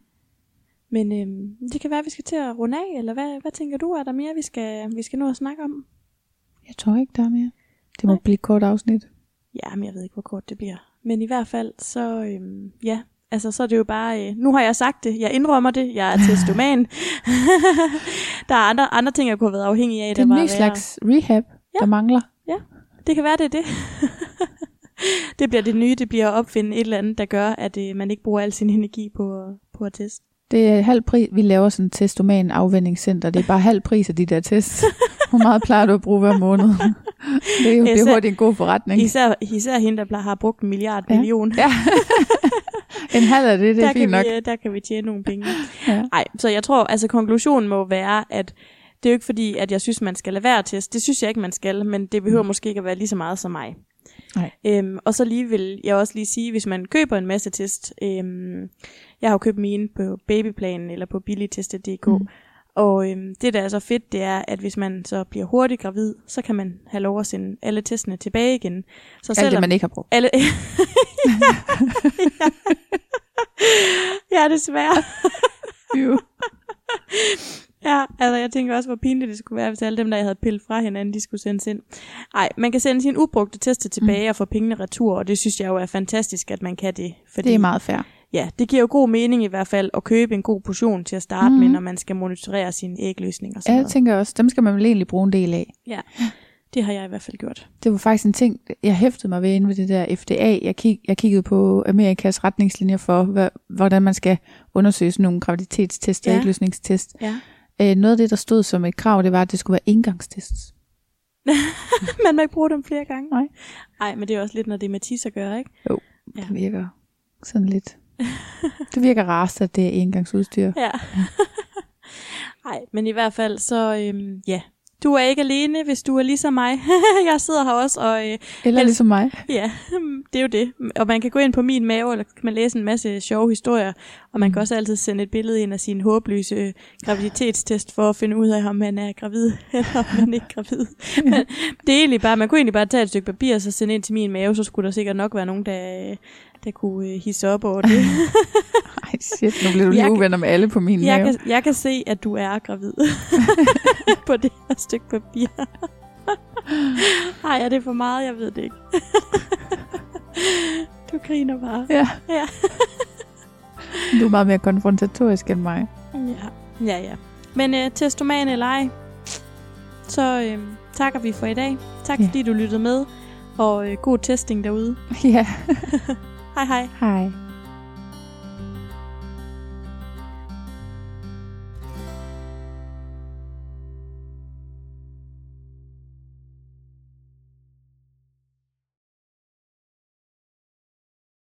Men øhm, det kan være, at vi skal til at runde af, eller hvad, hvad tænker du? Er der mere, vi skal, vi skal nå at snakke om?
Jeg tror ikke, der er mere. Det må
Nej.
Nej. blive et kort afsnit.
Ja, men jeg ved ikke, hvor kort det bliver. Men i hvert fald, så øhm, ja, altså så er det jo bare, øh, nu har jeg sagt det, jeg indrømmer det, jeg er testoman. (laughs) der er andre, andre ting, jeg kunne have været afhængig af.
Det er
der var
en ny
værre.
slags rehab,
Ja.
ja. der mangler.
Det kan være, det (laughs) er det. det bliver det nye, det bliver at opfinde et eller andet, der gør, at øh, man ikke bruger al sin energi på, på at teste.
Det er halv pris. Vi laver sådan et testoman afvendingscenter. Det er bare halv pris af de der tests. (laughs) Hvor meget plejer du at bruge hver måned? (laughs) Det er jo det
Især-
er hurtigt en god forretning.
Især, især hende, der plejer- har brugt en milliard
Ja.
million.
Ja. en halv af det, det
der,
er fint
kan
nok.
vi, øh, der kan vi tjene nogle penge.
Ja.
Nej, så jeg tror, altså konklusionen må være, at det er jo ikke fordi, at jeg synes, man skal lade være at teste. Det synes jeg ikke, man skal, men det behøver måske ikke at være lige så meget som mig.
Mm. Nej.
Øhm, og så lige vil jeg også lige sige, hvis man køber en masse test, øhm, jeg har jo købt mine på babyplanen eller på billigtestet.dk, mm.
Mm.
og øhm, det der er så fedt, det er, at hvis man så bliver hurtigt gravid, så kan man have lov at sende alle testene tilbage igen. Så
Alt det, man ikke har
(laughs)
brugt.
alle... ja. ja, desværre.
Jo.
Ja, altså jeg tænker også, hvor pinligt det skulle være, hvis alle dem, der jeg havde pillet fra hinanden, de skulle sendes ind. Nej, man kan sende sine ubrugte tester tilbage mm. og få pengene retur, og det synes jeg jo er fantastisk, at man kan det. Fordi,
Det er meget fair.
Ja, det giver jo god mening i hvert fald at købe en god portion til at starte mm.
Mhm.
med, når man skal monitorere sine ægløsninger
Ja,
og sådan
jeg
noget.
tænker også, dem skal man vel egentlig bruge en del af.
Det har jeg i hvert fald gjort.
Det var faktisk en ting, jeg hæftede mig ved inde ved det der FDA. Jeg, kig, jeg kiggede på Amerikas retningslinjer for, hvad, hvordan man skal undersøge sådan nogle graviditetstest og
Ja.
ja. ægløsningstest.
(laughs) Ja.
Øh, noget af det, der stod som et krav, det var, at det skulle være engangstests.
Man må ikke bruge dem flere gange.
Nej.
Nej, men det er også lidt, når det er med tis at gøre, ikke? Ja.
Ja. Det virker sådan lidt... det virker rarest, at det er engangsudstyr.
Ja. Nej, men i hvert fald, så øhm, ja. Du er ikke alene, hvis du er ligesom mig. (laughs) jeg sidder her også, og øh, (laughs)
Eller
Men-
ligesom mig. (laughs)
ja, det er jo det. Og man kan gå ind på min mave, eller kan man læse en masse sjove historier, og man kan også altid sende et billede ind af sin håbløse øh, graviditetstest, for at finde ud af, om man er gravid, (laughs) eller om man ikke er gravid. Men det er egentlig bare, man kunne egentlig bare tage et stykke papir, og så sende ind til min mave, så skulle der sikkert nok være nogen, der, øh, der kunne øh, hisse op over det.
Ej, shit, nu bliver du lige
Jeg kan-
uvenner med alle på min
Jeg
mave.
kan, jeg kan se, at du er gravid
(laughs)
på det her stykke papir. Ej, er det for meget? Jeg ved det ikke. du griner bare.
Ja.
Ja.
Du er meget mere konfrontatorisk end mig. (laughs)
Ja, ja. ja. Men øh, testoman eller ej, så øh, takker vi for i dag. Tak
Ja.
fordi du lyttede med, og øh, god testing derude.
Ja,
Hej hej.
hej.